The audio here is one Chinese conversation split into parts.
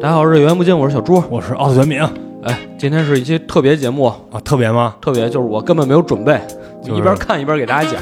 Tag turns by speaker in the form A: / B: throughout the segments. A: 大家好，日元不进，我是小朱。
B: 我是奥特全明
A: 哎，今天是一期特别节目，
B: 啊，特别吗？
A: 特别就是我根本没有准备，
B: 就是
A: 一边看一边给大家讲。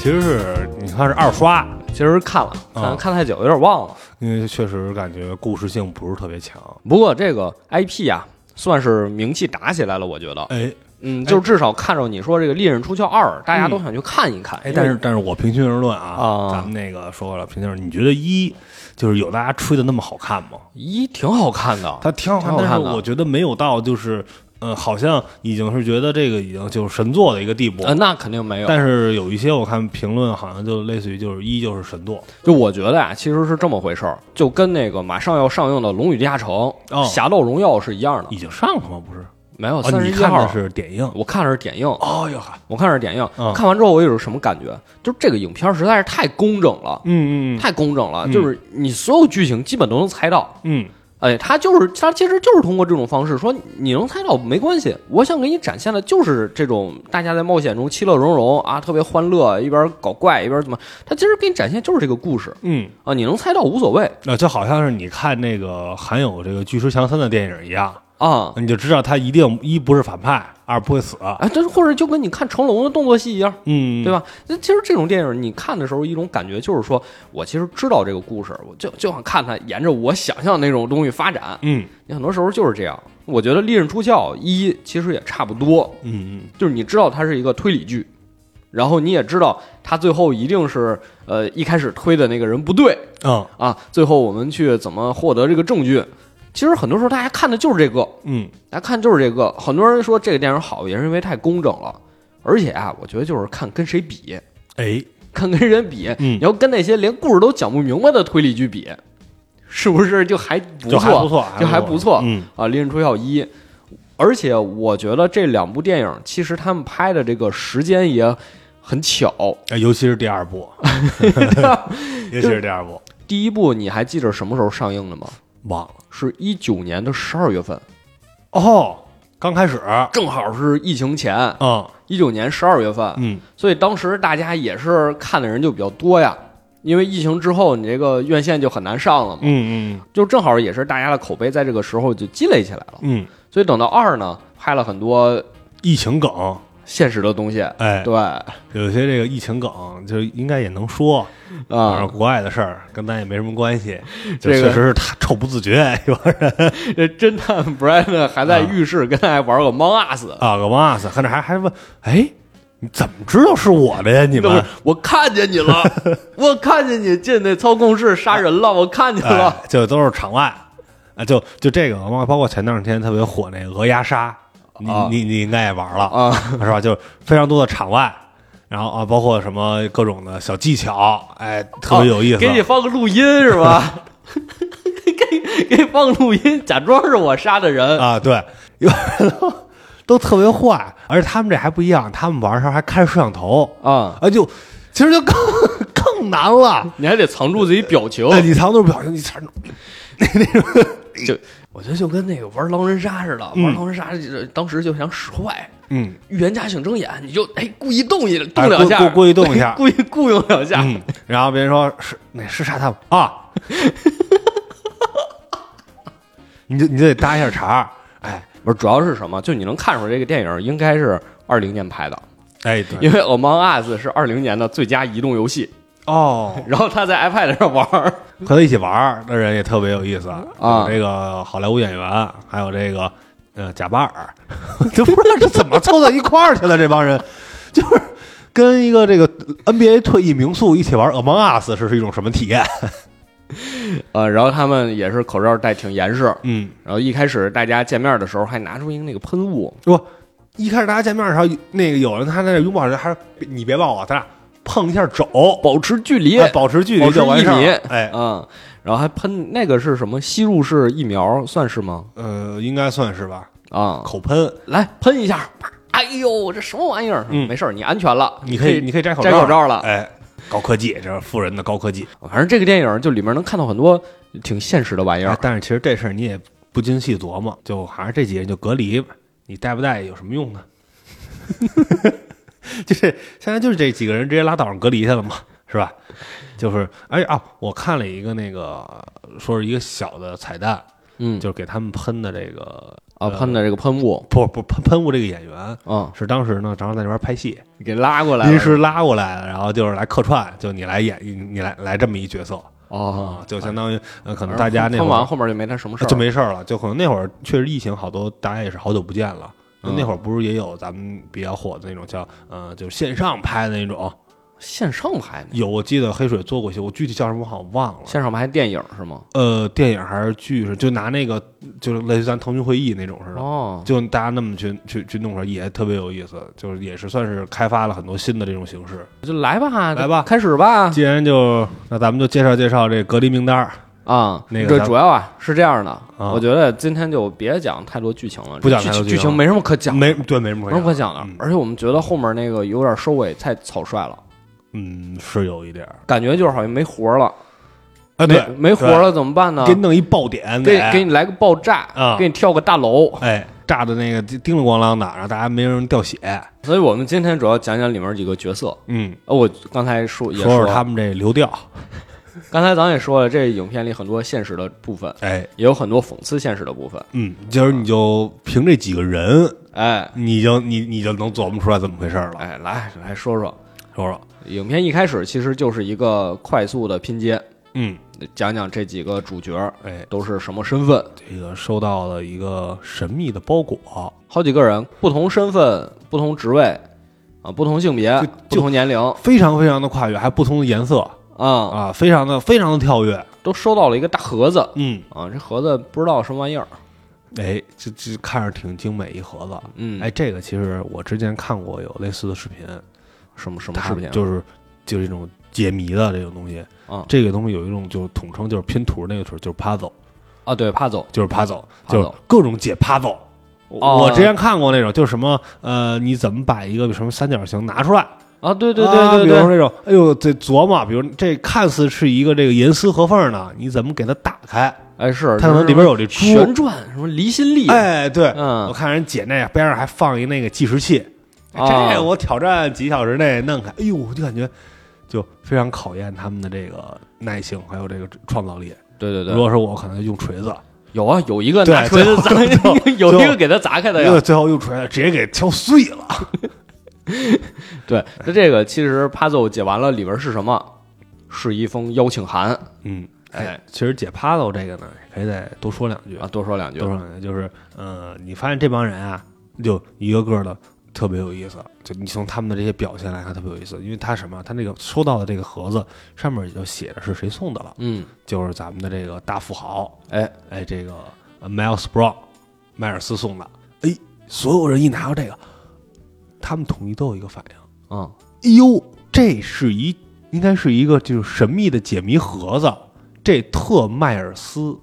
B: 其实是你看是二刷，
A: 其实看了，看
B: 啊
A: 看太久有点忘了。
B: 因为确实感觉故事性不是特别强。
A: 不过这个 IP 啊，算是名气打起来了，我觉得，
B: 哎
A: 嗯，就至少看着你说这个《猎人出鞘二》，大家都想去看一看。
B: 哎，但是但是我平心而论啊，
A: 啊
B: 咱们那个说了，平心而论，你觉得一就是有大家吹的那么好看吗？
A: 一挺好看的，
B: 它挺好看，
A: 挺好看
B: 但
A: 的
B: 是我觉得没有到就是，呃，好像已经是觉得这个已经就是神作的一个地步。
A: 呃，那肯定没有。
B: 但是嗯有一些我看评论好像就类似于就是一就是神作，
A: 就我觉得啊，其实是这么回事儿，就跟那个马上要上映的《龙与地下城》
B: 哦
A: 侠盗荣耀》是一样的。
B: 已经上了吗？不是？
A: 没有
B: 哦，
A: 三
B: 你
A: 十一
B: 看
A: 号
B: 的，是点映。
A: 我看的是点映，
B: 哦哟呵，
A: 我看的是点映。
B: 嗯
A: 看完之后，我有一种什么感觉？就是这个影片实在是太工整了，
B: 嗯嗯
A: 太工整了，
B: 嗯
A: 就是你所有剧情基本都能猜到。
B: 嗯，
A: 哎，他就是他，其实就是通过这种方式说，你能猜到没关系。我想给你展现的就是这种大家在冒险中其乐融融啊，特别欢乐，一边搞怪一边怎么。他其实给你展现就是这个故事
B: 嗯。
A: 啊，你能猜到无所谓
B: 那就好像是你看那个含有这个巨石强森的电影一样，
A: 啊。
B: 你就知道他一定一不是反派，二不会死，
A: 啊，这或者就跟你看成龙的动作戏一样，
B: 嗯，
A: 对？吧？那其实这种电影你看的时候，一种感觉就是说，我其实知道这个故事，我就就想看它沿着我想象那种东西发展。
B: 嗯
A: 你很多时候就是这样。我觉得《利刃出鞘一》其实也差不多，
B: 嗯嗯
A: 就是你知道它是一个推理剧，然后你也知道它最后一定是呃一开始推的那个人不对
B: 嗯
A: 啊，最后我们去怎么获得这个证据。其实很多时候大家看的就是这个，
B: 嗯，
A: 大家看就是这个。很多人说这个电影好，也是因为太工整了，而且啊，我觉得就是看跟谁比，
B: 哎，
A: 看跟人比，
B: 嗯
A: 你要跟那些连故事都讲不明白的推理剧比，是不是就还不
B: 就还不
A: 错？
B: 错，
A: 就还不错
B: 嗯
A: 啊，《利刃出鞘一》，而且我觉得这两部电影其实他们拍的这个时间也很巧。
B: 哎尤其是第二部，尤其是第二部，
A: 第一部你还记得什么时候上映的吗？
B: 忘了
A: 是一九年的十二月份，
B: 哦，刚开始，
A: 正好是疫情前，
B: 嗯
A: 一九年十二月份，
B: 嗯
A: 所以当时大家也是看的人就比较多呀。因为疫情之后，你这个院线就很难上了嘛，
B: 嗯嗯
A: 就正好也是大家的口碑在这个时候就积累起来了。
B: 嗯，
A: 所以等到二呢，拍了很多
B: 疫情梗，
A: 现实的东西，
B: 哎，
A: 对啊、
B: 有些这个疫情梗就应该也能说，反正国外的事儿跟咱也没什么关系，就
A: 这个
B: 确实是他臭不自觉，有
A: 这侦探 Brandon 还在浴室跟大家玩个 Among Us，
B: 啊，个哇塞，看这还还问，哎，你怎么知道是我的呀？你
A: 那不
B: 们
A: 是我看见你 了，我看见你进那操控室杀人了，我看见了。
B: 哎就都是场外啊，就就这个，包括前两天特别火那个鹅鸭杀，你、
A: 啊
B: 你你应该也玩了
A: 啊
B: 是吧？就非常多的场外，然后啊，包括什么各种的小技巧，哎，特别有意思。
A: 啊哦给你放个录音是吧？ 给给你放个录音，假装是我杀的人。
B: 啊，对，有人都都特别坏，而且他们这还不一样，他们玩的时候还开着摄像头
A: 啊哦
B: 啊，就其实就更 更难了。
A: 你还得藏住自己表情，
B: 哎，你藏住表情，你藏住
A: 就我觉得就跟那个玩狼人杀似的，玩狼人杀就是当时就想使坏，
B: 嗯，
A: 预言家请睁眼，你就哎故意动一动
B: 哎
A: 两下，
B: 故故故意动一 下
A: 故意雇佣两下，
B: 嗯，然后别人说是那是沙滩吗啊， 你就你就得搭一下茬儿，哎
A: 不是，主要是什么？就你能看出来这个电影应该是二零年拍的，
B: 哎对
A: 因为《Among Us》是二零年的最佳移动游戏，
B: 哦，
A: 然后他在 iPad 上玩儿
B: 和他一起玩儿的人也特别有意思
A: 啊
B: 有这个好莱坞演员，还有这个呃贾巴尔， 都不知道这怎么凑到一块儿去了，这帮人就是。跟一个这个 NBA 退役名宿一起玩《Among Us》是是一种什么体验？
A: 呃，然后他们也是口罩戴挺严实，
B: 嗯，
A: 然后一开始大家见面的时候还拿出一个那个喷雾，
B: 不，一开始大家见面的时候，那个有人他在那拥抱人，还是你别抱我，咱俩碰一下肘，
A: 保持距离，
B: 哎保持距
A: 保
B: 离
A: 持
B: 就完
A: 一
B: 事儿
A: 米
B: 了。，哎，
A: 嗯，然后还喷那个是什么吸入式疫苗，算是吗？
B: 呃，应该算是吧，
A: 啊、
B: 口喷，
A: 来喷一下，啪！哎呦，这什么玩意儿？
B: 嗯
A: 没事儿，你安全了，
B: 你
A: 可
B: 可以，你可以摘口
A: 摘口罩了。
B: 哎，高科技，这是富人的高科技。
A: 反正这个电影就里面能看到很多挺现实的玩意儿
B: 哎，但是其实这事儿你也不精细琢磨，就还是这几个人就隔离吧，你带不带有什么用呢？ 就是现在就是这几个人直接拉岛上隔离去了嘛，是吧？就是哎啊，我看了一个那个说是一个小的彩蛋，
A: 嗯，
B: 就是给他们喷的这个
A: 啊，
B: 呃
A: 喷的这个喷雾，
B: 不不喷喷雾这个演员
A: 嗯，
B: 是当时呢正好在那边拍戏，
A: 给拉过来
B: 临时拉过来的，然后就是来客串，就你来演你你来来这么一角色
A: 哦，
B: 就相当于呃可能大家那
A: 喷
B: 会
A: 完
B: 儿呃啊
A: 后面就没他什么事儿，
B: 就没事儿了，就可能那会儿确实疫情好多，大家也是好久不见了。呃
A: 嗯
B: 那会儿不是也有咱们比较火的那种叫呃，就是线上拍的那种，
A: 线上拍呢，
B: 有我记得黑水做过一些，我具体叫什么我好像忘了。
A: 线上拍电影是吗？
B: 呃，电影还是剧是，就拿那个就是类似咱腾讯会议那种似的，
A: 哦，
B: 就大家那么去去去弄出来，也特别有意思，就是也是算是开发了很多新的这种形式。
A: 就来吧，
B: 来吧
A: 开始吧，
B: 既然就那咱们就介绍介绍这隔离名单儿，
A: 啊，
B: 那个
A: 这
B: 咱
A: 主要啊是这样的，我觉得今天就别讲太多剧情了，
B: 不讲
A: 剧
B: 太多剧
A: 剧
B: 情
A: 情没什么可讲的，
B: 没对没什么
A: 没什么
B: 可
A: 可
B: 讲，
A: 讲的
B: 嗯，
A: 而且我们觉得后面那个有点收尾太草率了，
B: 嗯，是有一点儿
A: 感觉就是好像没活了，没
B: 啊，对，
A: 没活了怎么办呢
B: 对，？给你弄一爆点，
A: 给给你来个爆炸
B: 啊
A: 给你跳个大楼。
B: 哎炸的那个叮了咣啷的，然后大家没人掉血，
A: 所以我们今天主要讲讲里面几个角色。
B: 嗯，
A: 呃，我刚才说也
B: 说说
A: 了
B: 他，们这流调，
A: 刚才咱也说了，这影片里很多现实的部分，
B: 哎，
A: 也有很多讽刺现实的部分。
B: 嗯，今儿你就凭这几个人，
A: 哎
B: 你就你你就能琢磨出来怎么回事儿了。
A: 哎，来来说说，
B: 说说，
A: 影片一开始其实就是一个快速的拼接，
B: 嗯，
A: 讲讲这几个主角
B: 哎，
A: 都是什么身份，
B: 这个收到了一个神秘的包裹，
A: 好几个人，不同身份、不同职位，啊，不同性别
B: 就、
A: 不同年龄，
B: 非常非常的跨越，还不同的颜色
A: 啊，
B: 啊，非常的非常的跳跃。
A: 都收到了一个大盒子，
B: 嗯，
A: 啊，这盒子不知道什么玩意儿，
B: 哎，这这看着挺精美一盒子。
A: 嗯，
B: 哎，，这个其实我之前看过有类似的视频，
A: 什么什么
B: 它
A: 视频啊，
B: 就是就是一种解谜的这种东西。
A: 啊
B: 这个东西有一种就是统称就是拼图那个词儿，就是 puzzle，
A: 啊，对，怕走，
B: 就是 puzzle，
A: puzzle
B: 就是各种解 puzzle。
A: 哦
B: 我之前看过那种，就是什么呃，你怎么把一个什么三角形拿出来？
A: 啊，对对
B: 啊
A: 对对
B: 比如说
A: 对，
B: 那种，哎呦，这琢磨，比如这看似是一个这个银丝合缝呢，你怎么给它打开？
A: 哎是，
B: 它可能里边有这
A: 旋
B: 珠，
A: 转，什么离心力，
B: 哎，对，我
A: 嗯，
B: 看人姐那边上还放一那个计时器，
A: 啊
B: 哎这我挑战几小时内弄开，哎呦，我就感觉就非常考验他们的这个耐性还有这个创造力。
A: 对对
B: 如
A: 对，
B: 果是我，可能就用锤子，
A: 有啊，有一个
B: 对
A: 拿锤子砸，
B: 最后
A: 有一
B: 最
A: 个
B: 后
A: 给他砸开的
B: 因为
A: 呀，
B: 最后用锤子直接给敲碎了。
A: 对，那这个其实 puzzle 解完了，里边是什么？是一封邀请函
B: 嗯，
A: 哎
B: 哎，其实解 puzzle 这个呢，可以再多说两句
A: 啊，，多说两句
B: 多，说两句，就是呃，你发现这帮人啊，就一个个的特别有意思，就你从他们的这些表现来看特别有意思，因为他什么，他那个收到的这个盒子上面也就写着是谁送的了，
A: 嗯，
B: 就是咱们的这个大富豪，
A: 哎，
B: 哎，这个呃 Miles Brown 迈尔斯送的，哎，所有人一拿到这个，他们统一都有一个反应。
A: 嗯，
B: 哎呦，这是一应该是一个就是神秘的解谜盒子，这特迈尔斯。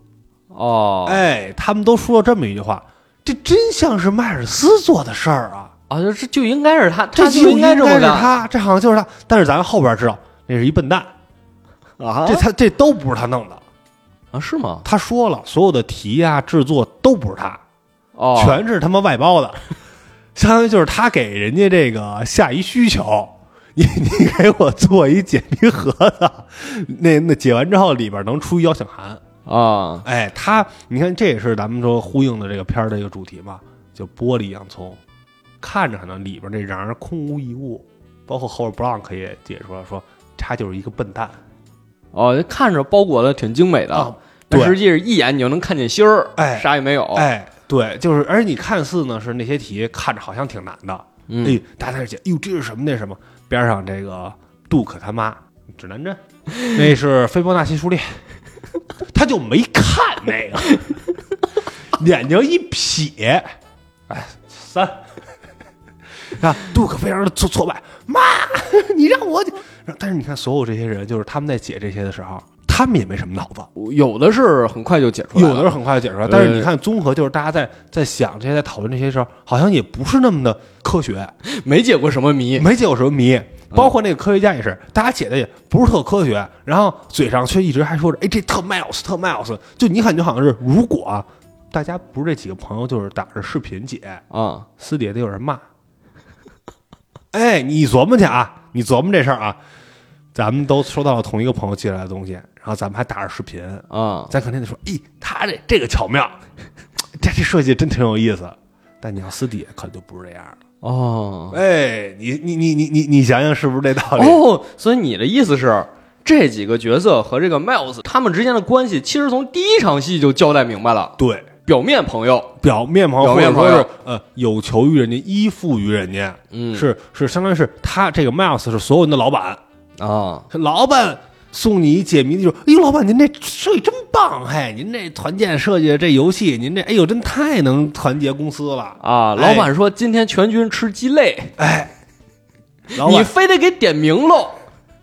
A: 哦，
B: 哎，他们都说了这么一句话，这真像是迈尔斯做的事儿啊，
A: 啊，就这就应该是他，
B: 这
A: 他就
B: 应
A: 该
B: 是
A: 这么干
B: 他，这好像就是他。但是咱后边知道那是一笨蛋，
A: 啊
B: 这他这都不是他弄的。
A: 啊是吗？
B: 他说了，所有的题啊、制作都不是他，
A: 哦，
B: 全是他妈外包的， 相当于就是他给人家这个下一需求， 你你给我做一解谜盒子，那那解完之后里边能出一邀请函。
A: 啊，
B: 哎，他你看这也是咱们说呼应的这个片儿的一个主题嘛，就玻璃洋葱，看着可能里边这让人空无一物，包括后边 Blank 也解说了说他就是一个笨蛋
A: 哦，看着包裹的挺精美的，但
B: 啊对
A: 实际是一眼你就能看见心儿，
B: 哎
A: 啥也没有，
B: 哎，对，就是，而且你看似呢是那些题看着好像挺难的，
A: 嗯
B: 哎，大家在解，哎呦，这是什么？那是什么？边上这个杜克他妈指南针，那是斐波那契数列，他就没看那个， 眼睛一瞥，哎，三，啊，杜克非常的挫挫败，妈，你让我解，但是你看所有这些人，就是他们在解这些的时候，他们也没什么脑子。
A: 有的是很快就解出来了，
B: 有的是很快就解出来，
A: 对
B: 但是你看综合就是大家在在想这些，在讨论这些时候，好像也不是那么的科学，
A: 没解过什么谜，
B: 没解过什么
A: 嗯
B: 谜。包括那个科学家也是，大家解的也不是特科学，然后嘴上却一直还说着“哎，这特 Miles，特 Miles”，就你感觉好像是，如果啊大家不是这几个朋友，就是打着视频解，
A: 啊，
B: 私底下得有人骂。哎，你琢磨去啊，你琢磨这事儿啊，咱们都收到了同一个朋友寄来的东西，然后咱们还打着视频，
A: 啊，
B: 咱肯定得说，咦，他这这个巧妙， 这这设计真挺有意思。但你要私底下可就不是这样了。
A: 哦
B: 哎，你你你你你你想想是不是这道理？
A: 哦，所以你的意思是，这几个角色和这个 Miles 他们之间的关系，其实从第一场戏就交代明白了，
B: 对，
A: 表面朋友，
B: 表面朋
A: 表
B: 友或
A: 面
B: 者
A: 朋
B: 说
A: 友
B: 是呃有求于人家，依附于人家，
A: 嗯
B: 是是相当于是他这个 Miles 是所有人的老板，
A: 啊，
B: 老板送你解谜的时候，哎呦，老板您这设计真棒，嘿，您这团建设计的这游戏，您这哎呦真太能团结公司了
A: 啊，老板说今天全军吃鸡肋，
B: 哎老
A: 你
B: 板
A: 非得给点名喽，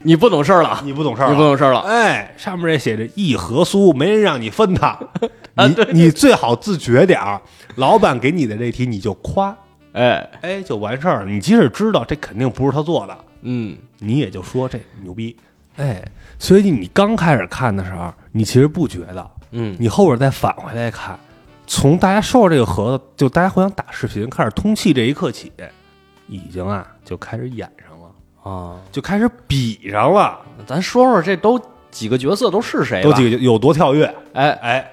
A: 你不懂事儿了，
B: 你不懂事儿啊
A: 你不
B: 了。
A: 懂事儿了。
B: 哎，上面这写着一盒酥，没人让你分它，
A: 啊
B: 你
A: 对对
B: 你最好自觉点儿。老板给你的这题你就夸，
A: 哎，
B: 哎，就完事儿了。你即使知道这肯定不是他做的，
A: 嗯，
B: 你也就说这牛逼。哎，所以你刚开始看的时候，你其实不觉得，
A: 嗯，
B: 你后边再返回来看，从大家收到这个盒子，就大家互相打视频开始通气这一刻起，已经啊就开始演上了，
A: 啊，
B: 就开始比上了，
A: 咱说说这都几个角色都是谁吧？
B: 都几个有多跳跃？
A: 哎，
B: 哎，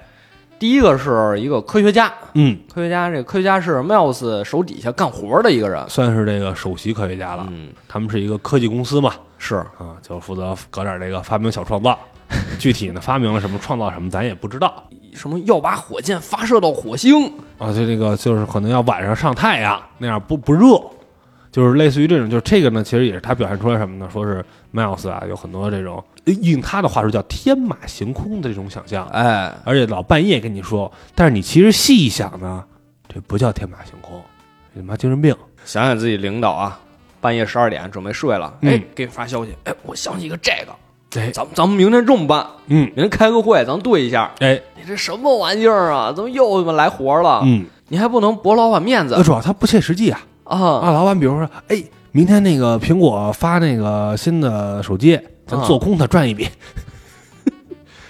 A: 第一个是一个科学家，
B: 嗯，
A: 科学家这个科学家是 Miles 手底下干活的一个人，
B: 算是这个首席科学家了。
A: 嗯，
B: 他们是一个科技公司嘛，
A: 是
B: 啊，就负责搞点这个发明小创造。具体呢，发明了什么，创造什么，咱也不知道
A: 什么要把火箭发射到火星，
B: 啊。就这个，就是可能要晚上上太阳，那样不不热，就是类似于这种。就是这个呢，其实也是他表现出来什么呢？说是 Miles 啊，有很多这种呃用他的话说叫天马行空的这种想象，
A: 哎，
B: 而且老半夜跟你说，但是你其实细一想呢，这不叫天马行空，这他妈精神病。
A: 想想自己领导啊，半夜十二点准备睡了，
B: 嗯
A: 哎，给你发消息，哎，我想起一个这个，
B: 哎，
A: 咱们咱们明天这么办，
B: 嗯，
A: 明天开个会，咱们对一下，
B: 哎，
A: 你这什么玩意儿啊？怎么又他妈来活了？
B: 嗯，
A: 你还不能驳老板面
B: 那
A: 子
B: 主要他不切实际啊。
A: 啊！
B: 啊，老板，比如说，哎，明天那个苹果发那个新的手机，咱
A: 啊
B: 做空它赚一笔。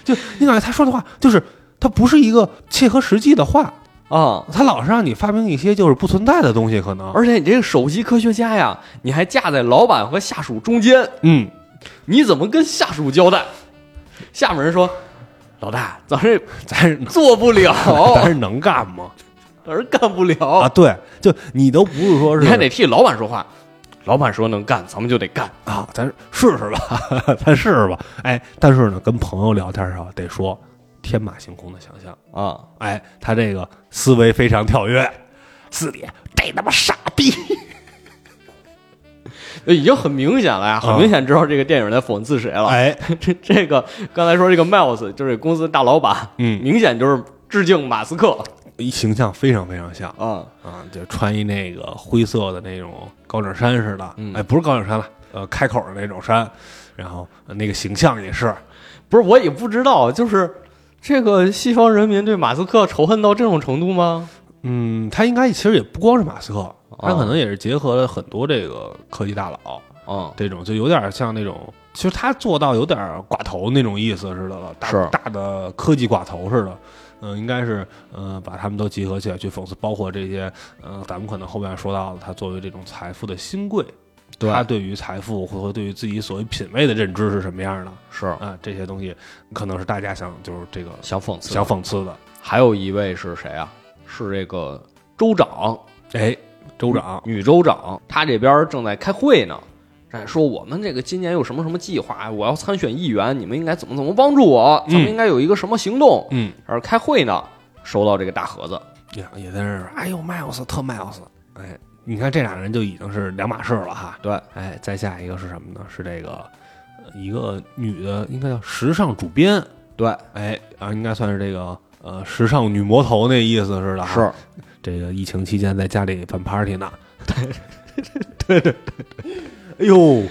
B: 就你感觉他说的话，就是他不是一个切合实际的话，
A: 啊！
B: 他老是让你发明一些就是不存在的东西，可能。
A: 而且你这个首席科学家呀，你还架在老板和下属中间，
B: 嗯，
A: 你怎么跟下属交代？下面人说：“老大，咱这
B: 咱是
A: 做不 了，
B: 咱是能干吗？
A: 咱是干不
B: 啊，
A: 了，
B: 对，就你都不是说
A: 哦你还
B: 是
A: 得替老板说话。老板说能干，咱们就得干。
B: 啊，咱试试吧， 咱试试吧。哎，但是呢，跟朋友聊天的时候得说天马行空的想象。
A: 啊
B: 哎，他这个思维非常跳跃，字典这他妈傻逼。
A: 已经很明显了呀，很明显知道这个电影在讽刺谁了。
B: 啊哎，
A: 这这个刚才说这个 Miles 就是公司大老板，
B: 嗯
A: 明显就是致敬马斯克
B: 一形象非常非常像
A: 啊。
B: 啊，就穿一那个灰色的那种高领衫似的，
A: 嗯
B: 哎，不是高领衫了，呃，开口的那种衫，然后呃那个形象也是，
A: 不是，我也不知道，就是这个西方人民对马斯克仇恨到这种程度吗？
B: 嗯，他应该其实也不光是马斯克，啊他可能也是结合了很多这个科技大佬，
A: 嗯
B: 这种就有点像那种，其实他做到有点寡头那种意思似的了，大
A: 是
B: 大的科技寡头似的。嗯、应该是，嗯、把他们都集合起来去讽刺，包括这些，嗯、咱们可能后面说到的，他作为这种财富的新贵，
A: 对
B: 他对于财富或者对于自己所谓品味的认知是什么样的
A: 是
B: 啊？这些东西可能是大家想就是这个
A: 想讽刺
B: 想。讽刺的。
A: 还有一位是谁啊？是这个州长，
B: 哎，州长，
A: 女州长，她这边正在开会呢，在说我们这个今年有什么什么计划，我要参选议员，你们应该怎么怎么帮助我，咱们应该有一个什么行动。
B: 嗯，
A: 而开会呢，收到这个大盒子，
B: 也也在那儿，哎呦，Miles 特 Miles，哎，你看这俩人就已经是两码事儿了哈。
A: 对，
B: 哎，再下一个是什么呢？是这个呃一个女的，应该叫时尚主编，
A: 对，
B: 哎，啊，应该算是这个呃时尚女魔头那意思似的哈。
A: 是
B: 这个疫情期间在家里办 party 呢。 对对对对，哎呦，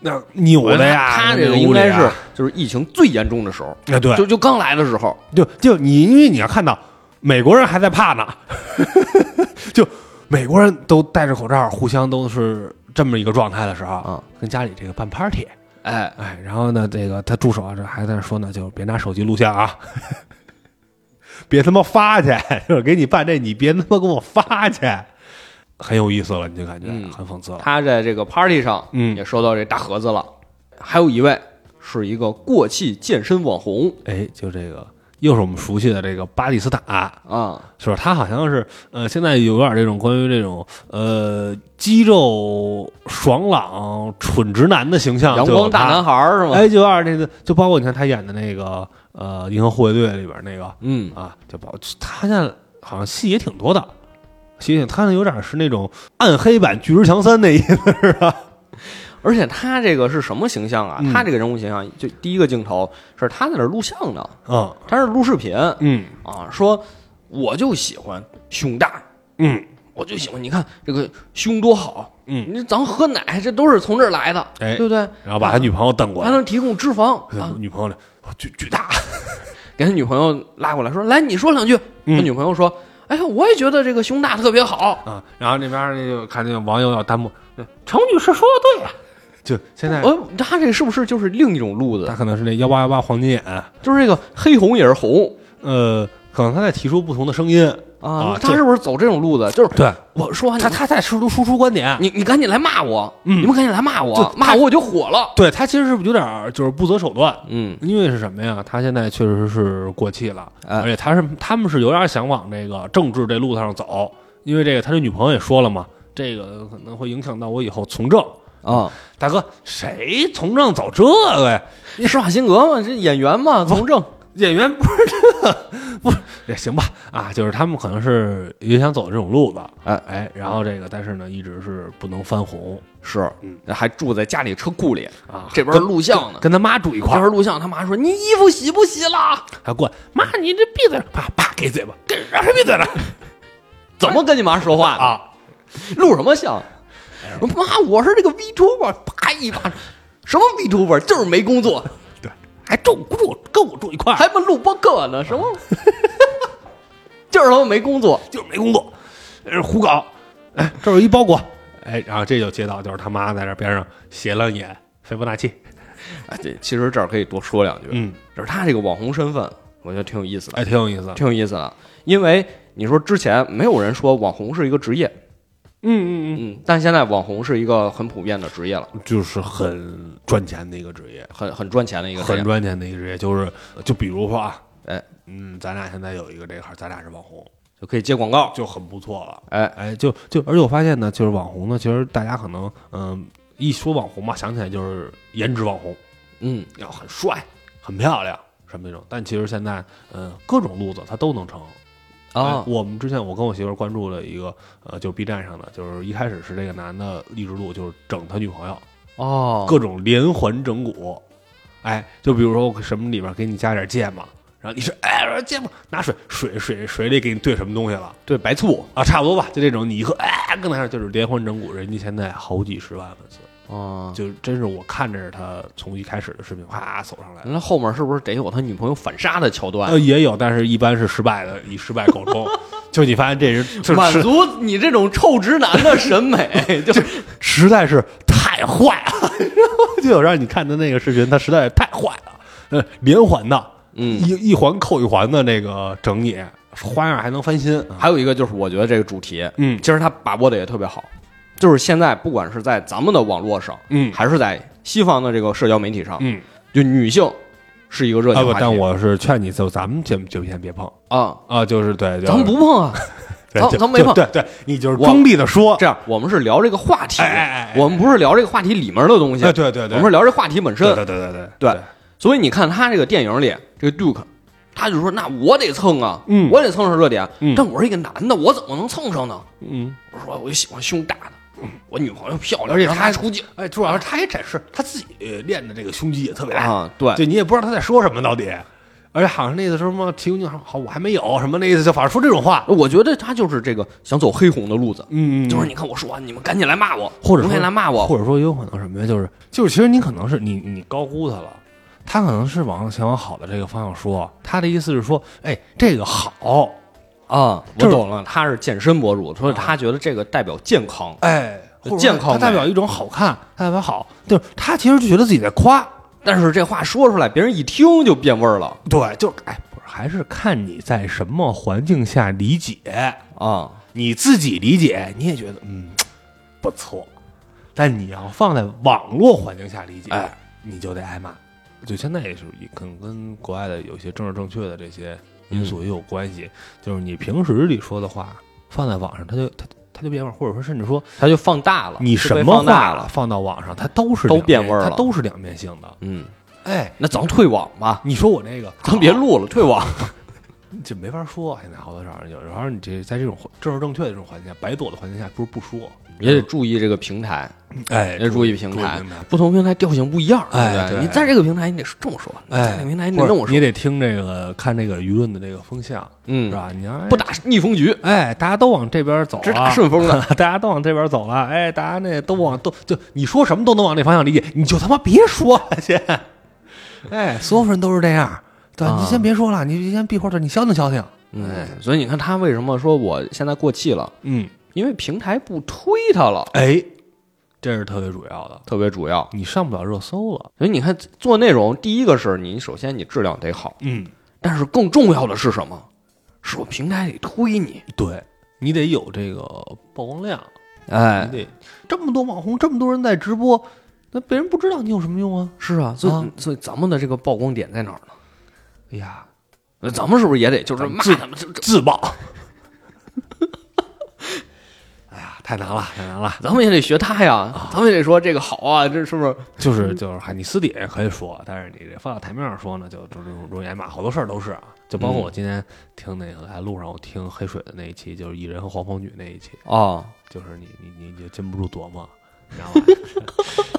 B: 那扭的呀，
A: 他
B: 那
A: 这个
B: 屋
A: 应
B: 里
A: 该
B: 啊
A: 是就是疫情最严重的时候，
B: 啊，对，
A: 就就刚来的时候，
B: 就就你，因为你要看到美国人还在怕呢， 就美国人都戴着口罩，互相都是这么一个状态的时候，
A: 啊
B: 跟家里这个办 party，
A: 哎，
B: 哎，然后呢，这个他助手啊，这还在那说呢，就别拿手机录像啊， 别他妈发去，就是给你办这，你别他妈给我发去，很有意思了，你就感觉、
A: 嗯
B: 很讽刺了，
A: 他在这个 party 上，
B: 嗯
A: 也收到这大盒子了。还有一位是一个过气健身网红
B: 哎，就这个又是我们熟悉的这个巴蒂斯塔，
A: 啊，
B: 是吧？他好像是呃，现在有点这种关于这种呃肌肉爽朗、蠢直男的形象，
A: 阳光大男
B: 孩
A: 孩儿是吗？
B: 哎，就有点那个，就包括你看他演的那个呃《银河护卫队》里边那个
A: 嗯，
B: 啊，就包他现在好像戏也挺多的，戏也他有点是那种暗黑版巨石强森 那意思，是吧？
A: 而且他这个是什么形象啊？
B: 嗯
A: 他这个人物形象，就第一个镜头是他在那儿录像呢，
B: 嗯
A: 他是录视频啊，
B: 嗯
A: 说我就喜欢胸大，
B: 嗯，
A: 我就喜欢你看这个胸多好，
B: 嗯，
A: 你咱喝奶这都是从这儿来的，
B: 哎嗯
A: 对不对？
B: 然后把他女朋友瞪过
A: 还
B: 来，
A: 能提供脂肪啊，
B: 女朋友呢巨巨大，
A: 给他女朋友拉过来说，来你说两句，他
B: 嗯
A: 女朋友说，哎呀，我也觉得这个胸大特别好，
B: 啊，然后那边那就看那个网友要弹幕，呃
A: 程女士说的对啊，
B: 就现在
A: 呃，他这是不是就是另一种路子
B: 哎他？可能是那幺八幺八黄金眼，
A: 就是这个黑红也是红
B: 呃，可能他在提出不同的声音，啊
A: 他
B: 这
A: 是不是走这种路子？就是
B: 对
A: 我说完你
B: 他他在试图输出观点，
A: 你你赶紧来骂我，
B: 嗯
A: 你们赶紧来骂我
B: 就，
A: 骂我我就火了。
B: 对他其实是有点儿就是不择手段，
A: 嗯，
B: 因为是什么呀？他现在确实是过气了，
A: 哎
B: 而且他是他们是有点想往这个政治这路上走，因为这个他这女朋友也说了嘛，这个可能会影响到我以后从政。
A: 啊，
B: 大哥，谁从政走这个呀？
A: 施瓦辛格嘛，这演员嘛，从政
B: 演员不是这，不是也行吧？啊，就是他们可能是也想走这种路子，
A: 哎
B: 哎，然后这个但是呢，一直是不能翻红
A: 是
B: 嗯，
A: 还住在家里车库里，
B: 啊。
A: 这边录像呢，
B: 跟他妈住一
A: 这
B: 块
A: 边
B: 儿，
A: 录像，他妈说你衣服洗不洗了？
B: 还过来，妈，你这闭嘴！啪啪，给嘴巴，给让他闭嘴了
A: 怎么跟你妈说话呢？
B: 啊！
A: 录什么像？我哎妈，我是这个 Vtuber，啪一巴掌，什么 Vtuber 就是没工作，
B: 对，还住不住跟我住一块儿，
A: 还不录播客呢，什么？ 就是他妈没工作，
B: 就是没工作，呃胡搞。哎，这有一包裹，哎，然后这就接到就是他妈在这边上斜了眼斐波那契，
A: 哎，这其实这儿可以多说两句，
B: 嗯，
A: 就是他这个网红身份，我觉得挺有意思的，
B: 哎，挺有意思的，
A: 挺有意思的。因为你说之前没有人说网红是一个职业，
B: 嗯嗯
A: 嗯，但现在网红是一个很普遍的职业了，
B: 嗯，就是很赚钱的一个职业，
A: 很很赚钱的一个职
B: 很
A: 业。
B: 赚钱的一个职业，就是就比如说啊，
A: 哎，
B: 嗯，咱俩现在有一个这行，咱俩是网红，
A: 就可以接广告。
B: 就很不错了。
A: 哎，
B: 哎，就就而且我发现呢，就是网红呢，其实大家可能嗯、一说网红嘛，想起来就是颜值网红，
A: 嗯，
B: 要很帅、很漂亮什么那种。但其实现在，嗯、各种路子它都能成。
A: 哦
B: 哎
A: 啊，
B: 我们之前我跟我媳妇儿关注了一个，呃，就是 B 站上的，就是一开始是这个男的励志路，就是整他女朋友，
A: 哦，
B: 各种连环整蛊。哎，就比如说什么里边给你加点芥末，然后你说哎我说芥末，拿水水水水里给你兑什么东西了
A: 对，白醋。
B: 啊，差不多吧，就这种你一喝哎，跟那样就是连环整蛊，人家现在好几十万粉丝，
A: 哦，
B: 就真是我看着他从一开始的视频哗走上来的。
A: 那后面是不是得有他女朋友反杀的桥段？
B: 呃，也有，但是一般是失败的，以失败告 终。就你发现这人就
A: 满
B: 是
A: 足你这种臭直男的审美， 就是
B: 实在是太坏了， 然后就有让你看的那个视频，他实在是太坏了，呃，连环的，
A: 嗯
B: 一一环扣一环的那个整你，花样还能翻新，
A: 还有一个就是，我觉得这个主题，
B: 嗯
A: 其实他把握的也特别好。就是现在，不管是在咱们的网络上，
B: 嗯
A: 还是在西方的这个社交媒体上，
B: 嗯，
A: 就女性是一个热
B: 啊
A: 点
B: 不，
A: 话题。
B: 但我是劝你，就咱们节目就先别碰
A: 啊，
B: 啊，就是对，
A: 咱们
B: 就是
A: 不碰啊，
B: 对
A: 咱
B: 就
A: 咱没碰
B: 就对对，你就是
A: 我
B: 中立的说，
A: 这样，我们是聊这个话题，
B: 哎哎哎哎
A: 我们不是聊这个话题里面的东西，
B: 哎对对对
A: 我们是聊这话题本身。
B: 对对对对对
A: 对所以你看他这个电影里，这个 Duke，他就说：“那我得蹭啊，
B: 嗯
A: 我得蹭上热点。
B: 嗯
A: 但我是一个男的，我怎么能蹭上呢？
B: 嗯，
A: 我说我就喜欢胸大的，我女朋友漂亮，
B: 而且
A: 让
B: 他
A: 她出镜
B: 哎，主要是他也展示他自己呃练的这个胸肌也特别大
A: 啊，对，
B: 对你也不知道他在说什么到底，而且好像那意思说什么提供就好，我还没有什么那意思，就反正说这种话，
A: 我觉得他就是这个想走黑红的路子，
B: 嗯
A: 就是你看我说完，你们赶紧来骂我，
B: 或者
A: 你们
B: 说
A: 赶紧来骂我，
B: 或者说也有可能什么呀，就是就是其实你可能是你你高估他了，他可能是往想往好的这个方向说，他的意思是说，哎，这个好，
A: 啊，我
B: 就是啊
A: 懂了，他是健身博主，所以他觉得这个代表健康，
B: 哎，或者说
A: 健康
B: 它代表一种好看，它代表好，就是他其实就觉得自己在夸，
A: 但是这话说出来，别人一听就变味儿了
B: 对，就是哎，不是还是看你在什么环境下理解，
A: 啊。
B: 你自己理解，你也觉得嗯不错，但你要放在网络环境下理解，
A: 哎，
B: 你就得挨骂。就现在也是跟跟国外的有些政治正确的这些因素也有关系，就是你平时里说的话放在网上，它就它它就变味儿，或者说甚至说
A: 它就放大了，
B: 你
A: 就
B: 什
A: 被
B: 么
A: 放大
B: 话？放到网上，它都是
A: 都
B: 两
A: 变
B: 面
A: 味儿
B: 它
A: 了
B: 都是两面性的。
A: 嗯，
B: 哎，
A: 那咱退网吧，
B: 你说我这个，
A: 咱别录了，退网。
B: 嗯这没法说。现在好多事儿，有时候你这在这种政治正确的这种环境下，白左的环境下，不如不说，
A: 也得注意这个平台，
B: 哎，
A: 也得注意平
B: 注意
A: 台
B: 平台，
A: 不同平台调性不一样，
B: 哎
A: 对不对
B: 对
A: 你在这个平台你得这么说，你在
B: 哎，
A: 那个平台你
B: 或
A: 得
B: 者
A: 那么
B: 你
A: 说，
B: 得听这个看这个舆论的这个风向，是
A: 嗯，
B: 吧？你要
A: 不打逆风局，
B: 哎，大家都往这边走
A: 只打
B: 了，
A: 顺风的。
B: 大家都往这边走了，哎，大家那都往都就你说什么都能往这方向理解，你就他妈别说了先，哎， 所有人都是这样，对，
A: 啊
B: 你先别说了，你先闭会儿嘴，你消停消停，
A: 嗯
B: 哎，，
A: 所以你看他为什么说我现在过气了，
B: 嗯，
A: 因为平台不推他了，
B: 哎，这是特别主要的，
A: 特别主要。
B: 你上不了热搜了，
A: 所以你看做内容，第一个是你首先你质量得好，
B: 嗯，
A: 但是更重要的是什么？是我平台得推你，
B: 对你得有这个曝光量，
A: 哎，
B: 你得这么多网红，这么多人在直播，那别人不知道你有什么用啊？
A: 是啊，所以、
B: 啊
A: 所以咱们的这个曝光点在哪儿呢？
B: 哎呀，
A: 那咱们是不是也得就是骂他们？这这，
B: 自爆。 哎呀，太难了，太难了。
A: 咱们也得学他
B: 啊
A: 呀，咱们也得说这个好啊，这是不是？
B: 就是就是，哎还你私底下也可以说，但是你这放到台面上说呢，就就容容易挨骂。好多事儿都是啊，就包括我今天听那个在路上我听黑水的那一期，就是蚁人和黄蜂女那一期，
A: 哦，
B: 就是你你你你就禁不住琢 磨，你知道吗？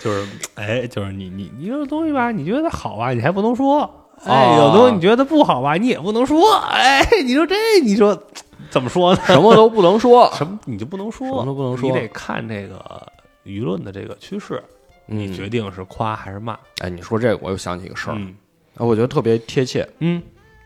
B: 就是哎，就是你你你这东西吧，你觉得好啊吧，你还不能说；哎，
A: 哦
B: 有东西你觉得不好吧，你也不能说。 哎，你说这你说怎么说呢？
A: 什么都不能
B: ，
A: 说
B: 什么你就不能说，
A: 什么都不能说
B: 你得看这个舆论的这个趋势，你
A: 嗯，
B: 决定是夸还是骂。
A: 哎，你说这个我又想起一个事儿，
B: 嗯
A: 哎我觉得特别贴切，
B: 嗯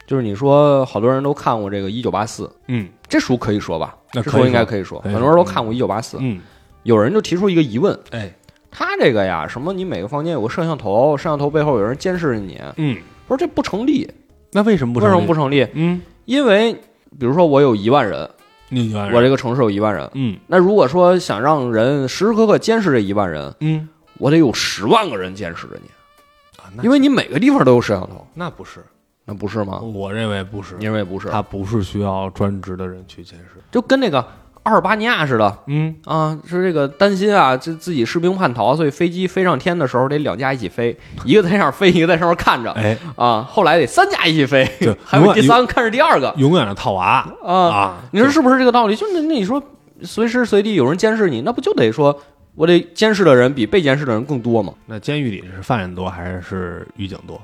A: 就是你说好多人都看过这个《一九八四》，
B: 嗯
A: 这书可以说吧？
B: 那
A: 这
B: 可以
A: 书应该
B: 说
A: 可以说，
B: 可以
A: 很多人都看过《一九八四》，
B: 嗯，
A: 有人就提出一个疑问，
B: 哎，
A: 他这个呀，什么你每个房间有个摄像头，摄像头背后有人监视着你，
B: 嗯，
A: 我说这不成立，
B: 那为什么不
A: 为什么不
B: 不？
A: 成立？
B: 嗯，
A: 因为比如说我有一万人，
B: 你我
A: 我这个城市有一万人，
B: 嗯
A: 那如果说想让人时时刻刻监视这一万人，
B: 嗯
A: 我得有十万个人监视着你，
B: 啊，那
A: 因为你每个地方都有摄像头，
B: 那不是，
A: 那不是吗？
B: 我认为不是
A: 你，认为不是？
B: 他不是需要专职的人去监视。
A: 就跟那个阿尔巴尼亚似的
B: 嗯，
A: 啊，是这个担心啊，这自己士兵叛逃，所以飞机飞上天的时候得两架一起飞，一个在上飞，一个在上面看着
B: 哎，
A: 啊，后来得三架一起飞
B: 对，
A: 还有第三个看着第二个
B: 永远的套娃
A: 啊。
B: 啊，
A: 你说是不是这个道理？就那那你说随时随地有人监视你，那不就得说我得监视的人比被监视的人更多吗？
B: 那监狱里是犯人多还是狱警多？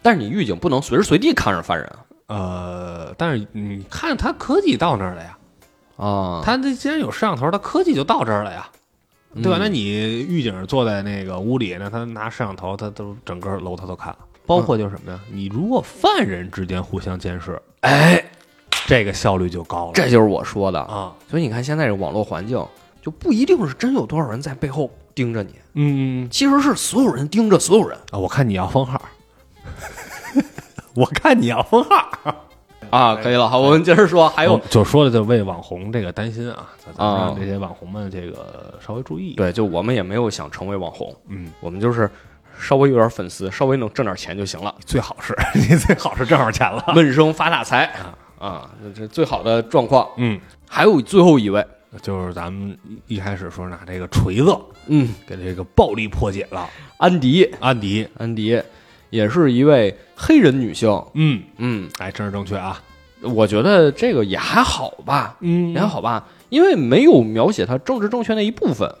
A: 但是你狱警不能随时随地看着犯人
B: 呃，但是你看他科技到那儿了呀，
A: 啊。
B: 他这既然有摄像头，他科技就到这儿了呀，对吧？
A: 嗯
B: 那你狱警坐在那个屋里，那他拿摄像头，他都整个楼他都看了，包括就是什么呀？你如果犯人之间互相监视，
A: 哎，
B: 这个效率就高了。
A: 这就是我说的。
B: 啊，
A: 所以你看，现在这个网络环境就不一定是真有多少人在背后盯着你，
B: 嗯
A: 其实是所有人盯着所有人
B: 啊，我看你要封号， 我看你要封号，
A: 啊。可以了，好，我们接着说，还
B: 还
A: 有。
B: 就说的就为网红这个担心啊，咱咱们
A: 啊
B: 让这些网红们这个稍微注意。，
A: 对，就我们也没有想成为网红，
B: 嗯，
A: 我们就是稍微有点粉丝，稍微能挣点钱就行了，
B: 最好是 你最好是挣着钱 了。
A: 闷声发大财啊，这这最好的状况。
B: 嗯，
A: 还有最后一位，
B: 就是咱们一一开始说拿这个锤子
A: 嗯，
B: 给这个暴力破解了
A: 安迪，
B: 安迪。
A: 安迪也是一位黑人女性，
B: 嗯，
A: 嗯，
B: 哎，政治正确啊。
A: 我觉得这个也还好吧，
B: 嗯
A: 也还好吧，因为没有描写她政治正确那一部分。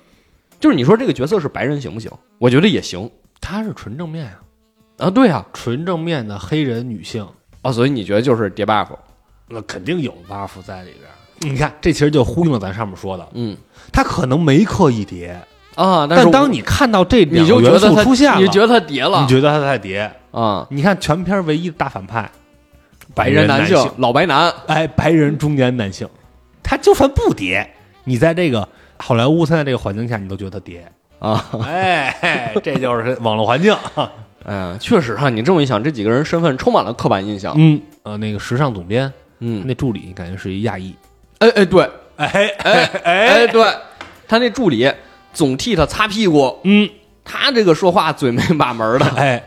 A: 就是你说这个角色是白人行不行？我觉得也行
B: 她是纯正面啊，
A: 啊，对啊，
B: 纯正面的黑人女性，
A: 啊，所以你觉得就是叠 buff，
B: 那肯定有 buff 在里边儿。你看，这其实就呼应了咱上面说的，
A: 嗯
B: 他可能没刻意叠，
A: 啊，
B: 但
A: 是
B: 当
A: 你
B: 你看到这
A: 你
B: 两
A: 就
B: 个
A: 觉
B: 元
A: 得
B: 素
A: 他
B: 出现了，
A: 你觉得他叠了
B: 你觉得他在叠？
A: 啊，
B: 你看全片唯一的大反派，
A: 白人
B: 男
A: 性，老白男，
B: 哎，白人中年男性，他就算不叠，你在这个好莱坞现在这个环境下，你都觉得他叠
A: 啊。
B: 哎，这就是网络环境。
A: 哎呀，确实哈、你这么一想，这几个人身份充满了刻板印象。
B: 嗯，呃，那个时尚总监
A: 嗯，
B: 那助理感觉是一亚裔，
A: 哎哎，对，哎
B: 哎
A: 哎，对他那助理总替他擦屁股，
B: 嗯，
A: 他这个说话嘴没把门儿 的，
B: 哎，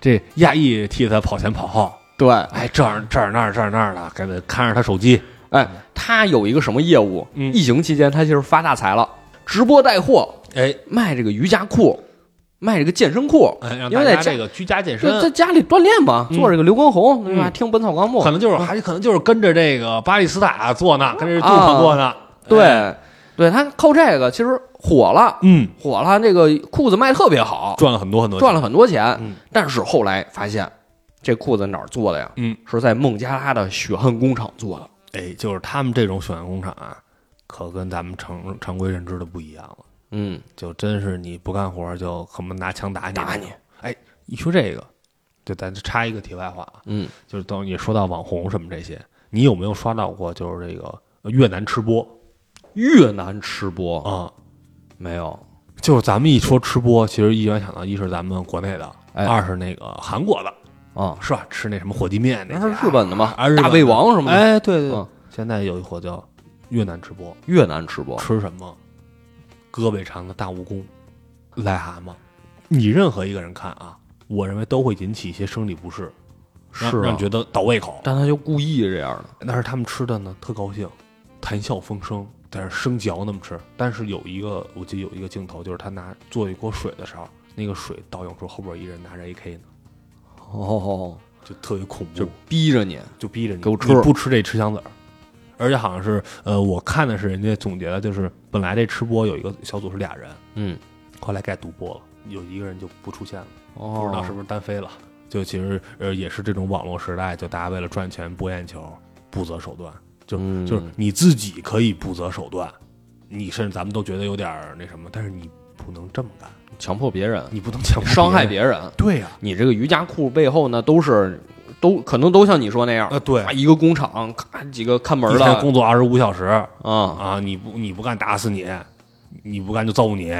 B: 这亚裔替他跑前跑后，
A: 对，
B: 哎，这儿这儿那儿这儿那儿的，给他看着他手机，
A: 哎，他有一个什么业务？
B: 嗯
A: 疫情期间他就是发大财了，直播带货，
B: 哎
A: 卖这个瑜伽裤，卖这个健身裤，
B: 哎，让
A: 因
B: 大
A: 为在
B: 家
A: 家
B: 这个居家健
A: 就
B: 身
A: 在，家里锻炼嘛，
B: 嗯
A: 做这个刘畊宏对吧？
B: 嗯
A: 听《本草纲目
B: 可》，能就是还可能就是跟着这个巴利斯塔做呢，跟着杜
A: 啊
B: 克做呢，哎，
A: 对，对他靠这个其实火了，
B: 嗯，
A: 火了，这个裤子卖特别好，
B: 赚了很多很多，
A: 赚了，很多钱
B: 嗯，
A: 但是后来发现这裤子哪儿做的呀？
B: 嗯，
A: 是在孟加拉的血汗工厂做的。
B: 哎，就是他们这种选工厂啊，可跟咱们常常规认知的不一样了。
A: 嗯，
B: 就真是你不干活儿就恨不得拿枪打你。
A: 打你！
B: 哎，一说这个，就咱就插一个题外话啊，
A: 嗯，
B: 就是等你说到网红什么这些，你有没有刷到过就是这个呃越南吃播
A: 越南吃播
B: 啊、
A: 没有，
B: 就是咱们一说吃播，其实一般想到一是咱们国内的，
A: 哎
B: 二是那个韩国的，
A: 啊，
B: 是吧？吃那什么火鸡面那
A: 那
B: 些
A: 是
B: 啊
A: 日本的嘛，
B: 啊日本的
A: 大胃王什么的。
B: 哎，对对
A: 嗯
B: 对，
A: 哦
B: 现在有一伙叫越南吃播，
A: 越南吃播，
B: 吃什么？胳膊长的大蜈蚣、癞蛤蟆，你任何一个人看啊，我认为都会引起一些生理不适，让
A: 是啊
B: 让觉得倒胃口。
A: 但他就故意这样的。
B: 但是他们吃的呢，特高兴，谈笑风生，在那生嚼那么吃。但是有一个，我记得有一个镜头，就是他拿做一锅水的时候，那个水倒映出后边一人拿着 AK 呢，
A: 哦，
B: 就特别恐怖，
A: 就逼着你，
B: 就逼着你
A: 给我吃
B: 你不吃这吃香子儿。而且好像是，呃，我看的是人家总结的，就是本来这吃播有一个小组是俩人，
A: 嗯，
B: 后来改独播了，有一个人就不出现了，不知道是
A: 哦，
B: 不是单飞了。就其实呃也是这种网络时代，就大家为了赚钱博眼球，不择手段。就、
A: 嗯
B: 就是你自己可以不择手段，你甚至咱们都觉得有点儿那什么，但是你不能这么干，
A: 强迫别人，
B: 你不能强迫
A: 伤害
B: 人。
A: 别人。
B: 对呀、
A: 你这个瑜伽裤背后呢，都是都可能都像你说那样
B: 啊，，对
A: 啊，一个工厂，咔几个看门
B: 一天
A: 的
B: 工作二十五小时
A: 啊，
B: 啊，你不你不干打死你，你不干就揍你，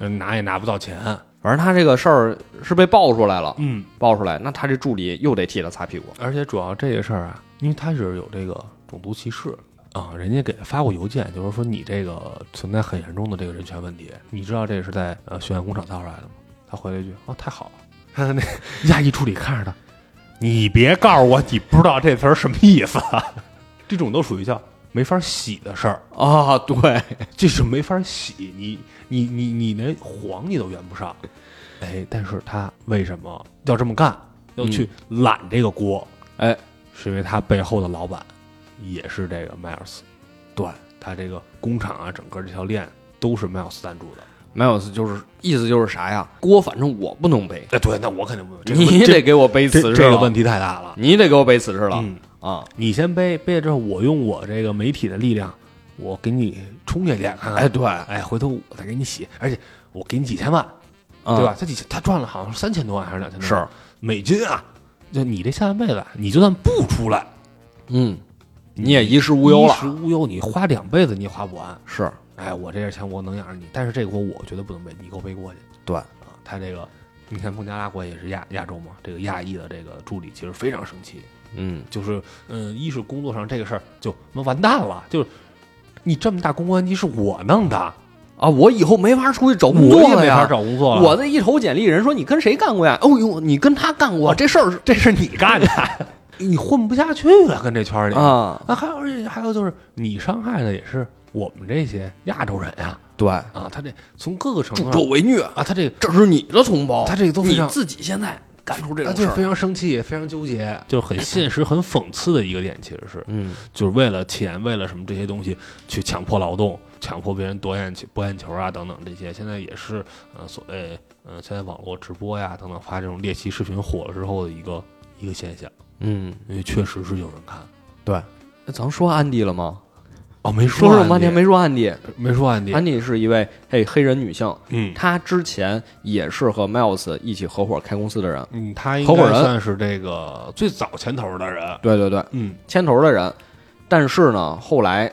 B: 呃拿也拿不到钱。
A: 反正他这个事儿是被爆出来了，
B: 嗯，
A: 爆出来，那他这助理又得替他擦屁股。
B: 而且主要这个事儿啊，因为他是有这个种族歧视啊，人家给他发过邮件，就是说你这个存在很严重的这个人权问题。你知道这是在呃血汗工厂造出来的吗？他回了一句：“哦，太好了。” 那亚裔助理看着他，你别告诉我你不知道这词儿什么意思啊！ 这种都属于叫没法洗的事儿，
A: 啊，对，
B: 这是没法洗，你你你你连黄你都圆不上。哎，但是他为什么要这么干？要去揽这个锅？
A: 哎，
B: 是因为他背后的老板也是这个 Miles，对他这个工厂啊，整个这条链都是 Miles 赞助的。
A: 没有，就是意思就是啥呀？锅反正我不能背，
B: 哎，对，那我肯定不能，这个问
A: 你
B: 这
A: 得给我背
B: 这
A: 瓷实
B: 这个
A: 了，
B: 问题太大了。
A: 你得给我背瓷实了
B: 嗯，
A: 啊！
B: 你先背背了之后，我用我这个媒体的力量，我给你冲下去看看。
A: 哎，对，
B: 哎，回头我再给你洗，而且我给你几千万，
A: 对
B: 对吧？？他几千，他赚了好像是三千多嗯万还是两千多万
A: 是，
B: 美金啊！就你这下半辈子，你就算不出来，
A: 嗯，你也衣食无忧
B: 衣
A: 了，
B: 食无忧，你花两辈子你也花不完。
A: 是
B: 哎，我这点钱我能养着你，但是这锅我绝对不能背，你给我背锅去
A: 对，
B: 啊！他这个，你看孟加拉国也是亚亚洲嘛，这个亚裔的这个助理其实非常生气，
A: 嗯，
B: 就是嗯，一是工作上这个事儿就那完蛋了，就是你这么大公关机是我弄的，
A: 啊，我以后没法出去找工
B: 我
A: 作
B: 也
A: 了
B: 没法
A: 呀。
B: 找工作了，
A: 我这一投简历，人说你跟谁干过呀？哦呦，你跟他干
B: 哦
A: 过，这事儿是
B: 这是你干的， 你混不下去了，跟这圈儿里
A: 啊，
B: 啊，还有而且还有就是，你伤害的也是我们这些亚洲人呀、
A: 对，
B: 啊，他这从各个程
A: 助
B: 度
A: 纣
B: 上
A: 为虐，
B: 啊，他这个
A: 这是你的同胞，
B: 他这个都非
A: 你
B: 常
A: 自己现在干出这
B: 他
A: 种
B: 就
A: 事
B: 是
A: 儿，
B: 啊非常生气，非常纠结，就是很现实、很讽刺的一个点，其实是
A: 嗯，
B: 就是为了钱，为了什么这些东西去强迫劳动，强迫别人夺眼球、博眼球啊等等这些，现在也是呃所谓呃现在网络直播呀等等发这种猎奇视频火了之后的一个一个现象，
A: 嗯，
B: 因为确实是有人看
A: 对。那咱说安迪了吗？
B: 哦，没啊
A: 说
B: 说
A: 了半天没说安迪，
B: 没说安迪，
A: 安迪是一位嘿黑人女性，
B: 嗯
A: 她之前也是和 Miles 一起合伙开公司的人，
B: 嗯，他应
A: 合伙
B: 该
A: 人
B: 算是这个最早牵头的人，
A: 对对对，
B: 嗯，
A: 牵头的人。但是呢，后来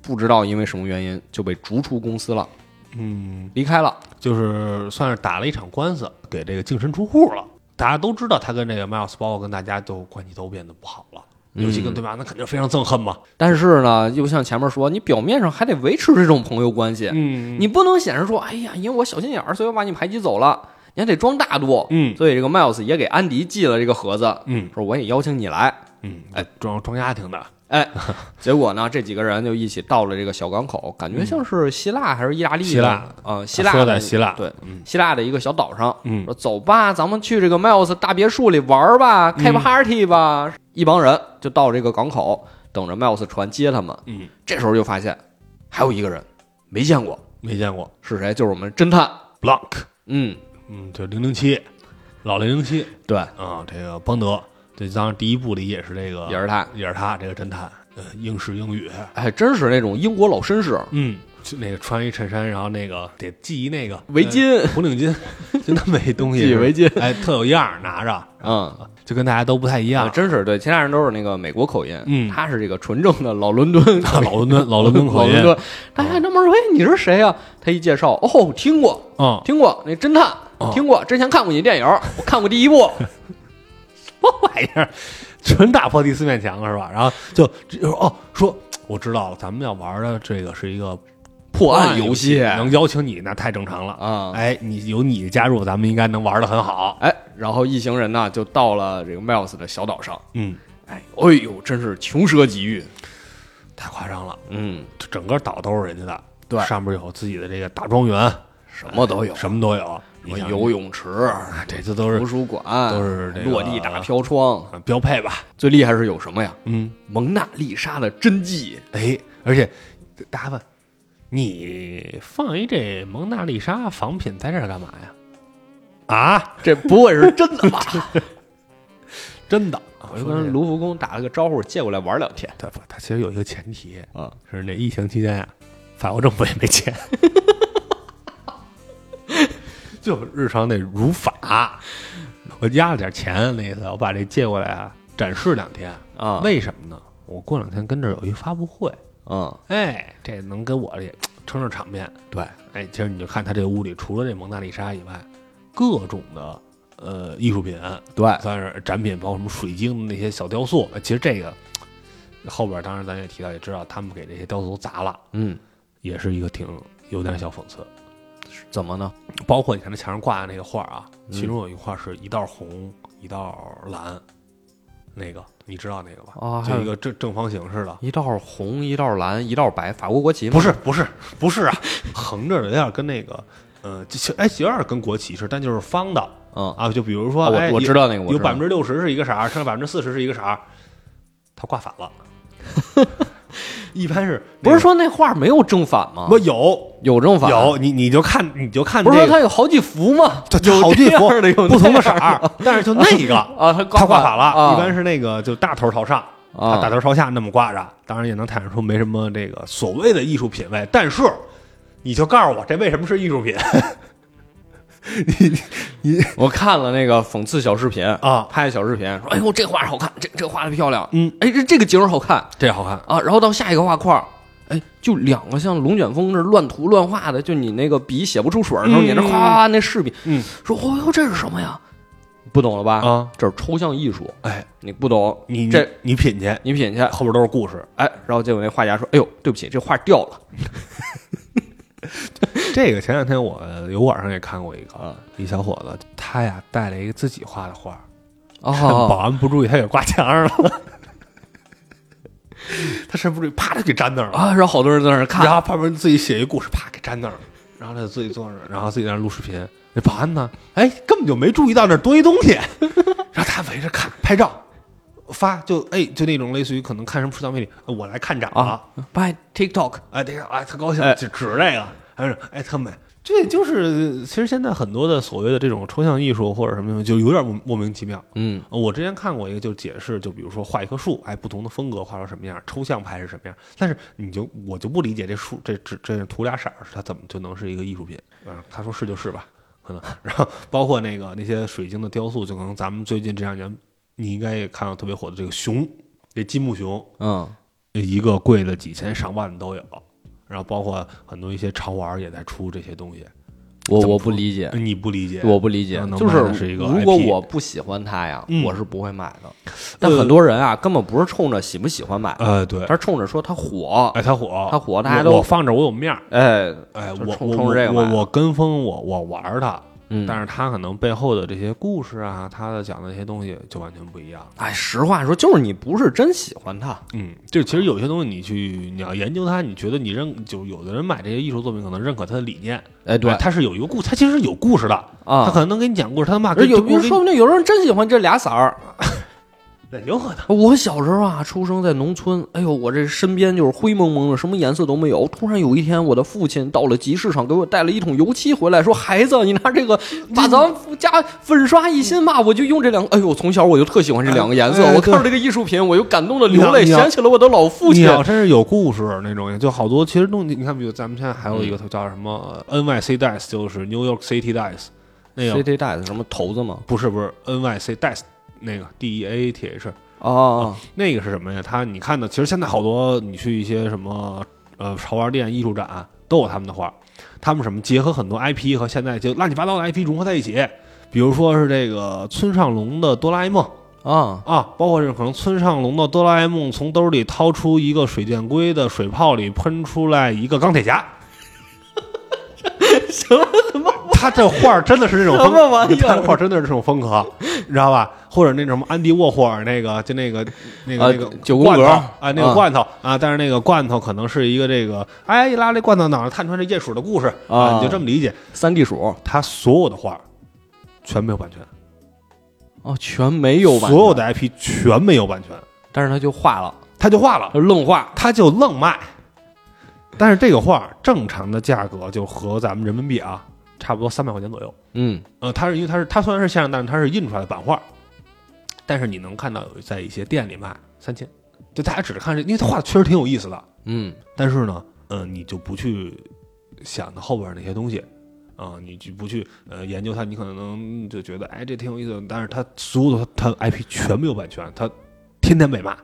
A: 不知道因为什么原因就被逐出公司了，
B: 嗯，
A: 离开了。
B: 就是算是打了一场官司，给这个净身出户了。大家都知道他跟这个 Miles，包括跟大家都关系都变得不好了。
A: 嗯
B: 尤其跟对方那肯定非常憎恨嘛。
A: 但是呢，又像前面说，你表面上还得维持这种朋友关系，
B: 嗯
A: 你不能显示说，哎呀，因为我小心眼儿，所以我把你排挤走了，你还得装大度。
B: 嗯
A: 所以这个 Miles 也给安迪寄了这个盒子，
B: 嗯
A: 说我也邀请你来。
B: 嗯，哎，装装家庭的，
A: 哎，结果呢，这几个人就一起到了这个小港口，感觉像是希腊还是意大利的？
B: 嗯希腊
A: 啊，希腊
B: 说
A: 的
B: 在希腊，
A: 对
B: 嗯
A: 希腊的一个小岛上，
B: 嗯
A: 说走吧，咱们去这个 Miles 大别墅里玩儿吧，
B: 嗯
A: 开 party 吧。一帮人就到这个港口，等着 Miles 船接他们。
B: 嗯，
A: 这时候就发现还有一个人没见过
B: 没见过
A: 是谁，就是我们侦探。
B: Blank，
A: 嗯，
B: 嗯，就零零七，老零零七
A: 对，
B: 啊，这个邦德，这当然第一部里也是这个，
A: 也是他。
B: 也是他这个侦探，呃，英式英语，
A: 哎，真是那种英国老绅士，
B: 嗯，就那个穿一衬衫，然后那个得系一那个
A: 围巾
B: 呃红领巾，就那么一东西，
A: 系围巾，
B: 哎，特有样儿，拿着，
A: 嗯，
B: 就跟大家都不太一
A: 啊
B: 样。
A: 真是对，其他人都是那个美国口音，
B: 嗯
A: 他是这个纯正的老伦敦
B: 老伦敦，老 伦 敦
A: 老
B: 口音
A: 伦，
B: 哦
A: 敦。大家还纳闷说：“哎，你是谁啊？”他一介绍，哦，听过，
B: 嗯，
A: 听过那侦探，
B: 哦
A: 听过，之前看过你的电影，我看过第一部。
B: 玩意儿， 纯打破第四面墙了是吧？然后就就说哦，说我知道了，咱们要玩的这个是一个
A: 破案游
B: 游
A: 戏
B: 能邀请你那太正常了
A: 啊
B: 哎，你有你加入，咱们应该能玩的很好。
A: 哎，然后一行人呢就到了这个 Miles 的小岛上，
B: 嗯，
A: 哎，哎呦，真是穷奢极欲。
B: 太夸张了，
A: 嗯，
B: 整个岛都是人家的，
A: 对
B: 上面有自己的这个大庄园，
A: 什么都有，
B: 什么都有，你
A: 么
B: 想
A: 游泳池、
B: 啊这这都
A: 图
B: 是
A: 书馆
B: 都是这个
A: 落地打飘窗。
B: 呃标配吧？
A: 最厉害是有什么呀？
B: 嗯，
A: 蒙娜丽莎的真迹。
B: 哎，而且大家问，你放一这蒙娜丽莎仿品在这儿干嘛呀？啊，
A: 这不会是真的吧？
B: 真的，
A: 我就跟卢浮宫打了个招呼，借过来玩两天。
B: 啊他不，他其实有一个前提
A: 啊，
B: 是那疫情期间呀、啊法国政府也 没钱，就日常得如法。我压了点钱，那意思，我把这借过来啊，展示两天
A: 啊
B: 为什么呢？我过两天跟这儿有一发布会，
A: 嗯，
B: 哎，这能给我这撑撑场面。
A: 对，
B: 哎，其实你就看他这屋里，除了这蒙娜丽莎以外，各种的呃艺术品，
A: 对
B: 算是展品，包括什么水晶的那些小雕塑。呃其实这个后边，当然咱也提到，也知道他们给这些雕塑都砸了，
A: 嗯，
B: 也是一个挺有点小讽刺。
A: 怎么呢？
B: 包括你看那墙上挂的那个画啊，其中有一画是一道红，一道蓝，那个你知道那个吧？
A: 啊还
B: 就
A: 有
B: 一个正正方形似的。
A: 一道红，一道蓝，一道白，法国国旗吗？
B: 不是不是不是啊，横着的有点跟那个，呃，就就哎有点跟国旗似的，但就是方的
A: 嗯，
B: 啊。就比如说，
A: 啊
B: 哎
A: 我我知道那个，我
B: 有
A: 知道
B: 百分之六十是一个色儿，剩下百分之四十是一个色儿，它挂反 了。一般是
A: 不是说那画没有正反吗？
B: 我有
A: 有正反，啊
B: 有你你就看你就看
A: 不是说
B: 这个
A: 它有好几幅吗？
B: 这好
A: 有
B: 几
A: 这
B: 幅
A: 样的，有
B: 不同的色
A: 那样
B: 儿，但是就那个
A: 啊，它
B: 它挂
A: 反
B: 反了，
A: 啊
B: 一般是那个就大头朝上，
A: 啊
B: 大头朝下那么挂着，当然也能坦示出没什么这个所谓的艺术品味，但是你就告诉我这为什么是 艺术品？
A: 我看了那个讽刺小视频
B: 啊
A: 拍的小视频，说哎呦这画好看，这这画的漂亮，
B: 嗯，
A: 哎这这个景儿好看，
B: 这好看，
A: 啊，然后到下一个画框儿，哎，就两个像龙卷风这乱涂乱画的，就你那个笔写不出水儿的时候，你那
B: 嗯
A: 夸夸夸那势笔，
B: 嗯
A: 说哦哟这是什么呀？不懂了吧？
B: 啊，
A: 这是抽象艺术，
B: 哎，
A: 你不懂，
B: 你
A: 这
B: 你品去，
A: 你品去，
B: 后边都是故事，
A: 哎，然后结果那画家说，哎呦，对不起，这画掉 了
B: 这个前两天我有网上也看过一个
A: 啊
B: 一小伙子，他呀带了一个自己画的画，趁保
A: 哦，
B: 安不注意，他给挂墙上了。 他是不是啪，他给粘那儿了。
A: 啊，然后好多人在那儿看
B: 然，后旁边自己写一故事，啪给粘那儿了。然后他就自己坐那儿，然后自己在那儿录视频。那保安呢？哎，根本就没注意到那儿多一东西， 然后他围着看拍照，发就哎就那种类似于可能看什么社交媒体，呃我来看展了。
A: 啊，by TikTok，
B: 哎，这个哎，特高兴
A: 哎，
B: 指指这个，还是哎特美。这就是其实现在很多的所谓的这种抽象艺术或者什么东西，就有点莫莫名其妙。呃
A: 嗯
B: 我之前看过一个，就解释，就比如说画一棵树，哎，不同的风格画成什么样，抽象派是什么样，但是你就我就不理解这树这这这涂俩色儿，它怎么就能是一个艺术品？嗯，他说是就是吧，可能。然后包括那个那些水晶的雕塑，就可能咱们最近这两年你应该也看到特别火的这个熊，这金木熊，
A: 嗯，
B: 呃一个贵的几千上万的都有，然后包括很多一些潮玩也在出这些东西，
A: 我
B: 怎么
A: 我不
B: 说
A: 理解，
B: 你不理解，
A: 我不理解
B: 啊，能
A: 就
B: 卖的是一个
A: 如果
B: IP
A: 我不喜欢它呀，
B: 嗯
A: 我是不会买的。但
B: 呃
A: 很多人啊，根本不是冲着喜不喜欢买的，
B: 呃，对，
A: 他是冲着说它火，
B: 哎，他火，
A: 它火大家
B: 我
A: 都
B: 我放着我有面儿，
A: 哎，
B: 哎，
A: 就
B: 我
A: 冲
B: 我
A: 冲着这
B: 我
A: 个买
B: 我
A: 的
B: 我跟风，我我玩儿它，
A: 嗯，
B: 但是他可能背后的这些故事啊，他的讲的这些东西就完全不一样。
A: 哎，实话说，就是你不是真喜欢它，
B: 嗯，就其实有些东西你去你要研究它，你觉得你认就有的人买这些艺术作品可能认可他的理念，
A: 哎，对
B: 哎他是有一个故，他其实是有故事的，他
A: 啊，
B: 可能能给你讲故事，他妈
A: 而
B: 跟
A: 有
B: 这故事
A: 说不定有人真喜欢这俩色儿。
B: 给你有可能。
A: 我小时候啊，出生在农村，哎呦，我这身边就是灰蒙蒙的，什么颜色都没有。突然有一天，我的父亲到了集市上，给我带了一桶油漆回来，说：“孩子，你拿这个把咱家粉刷一新吧。”我就用这两个，哎呦，从小我就特喜欢这两个颜色。
B: 哎哎
A: 我看到这个艺术品，我就感动的
B: 你要
A: 流泪，
B: 你要
A: 想起了我的老父
B: 你
A: 亲。
B: 要真是有故事那种，就好多其实东西，你看，比如咱们现在还有一个叫什么呃 NYC Dice，就是 New York City Dice，那个
A: CT 带的什么头子吗？
B: 不是不是 NYC Dice 那个 D E A T H，
A: 啊，
B: 那个是什么呀？它你看的，其实现在好多你去一些什么呃潮玩店、艺术展都有他们的画，他们什么结合很多 IP 和现在就乱七八糟的 IP 融合在一起，比如说是这个村上龙的哆啦 A 梦
A: 啊，
B: 啊，包括是可能村上龙的哆啦 A 梦从兜里掏出一个水箭龟的水泡里喷出来一个钢铁 侠。什么他这画儿真的是那种风
A: 什么玩意儿
B: 他这画儿真的是这种风格，你知道吧？或者那种什么安迪沃霍尔那个，就那个那个、
A: 啊
B: 那个
A: 九宫
B: 罐头
A: 格
B: 啊，那个
A: 啊
B: 罐头啊，但是那个罐头可能是一个这个，哎，一拉这罐头脑袋探出来这鼹鼠的故事
A: 啊
B: 你就这么理解。
A: 三地鼠
B: 他所有的画儿全没有版权，
A: 哦，全没有吧？
B: 所有的 IP 全没有版权，
A: 但是他就画了，
B: 他就画了。
A: 他愣画，
B: 他就愣卖。但是这个画儿正常的价格就和咱们人民币啊，差不多三百块钱左右。
A: 嗯，
B: 呃，它是因为它是它虽然是限量，但是它是印出来的版画，但是你能看到有在一些店里卖三千，就大家只是看这，因为它画的确实挺有意思的。
A: 嗯，
B: 但是呢，呃，你就不去想它后边那些东西，啊、你就不去呃研究它，你可能就觉得哎这挺有意思的，但是它所有的它它 IP 全没有版权，它天天被骂，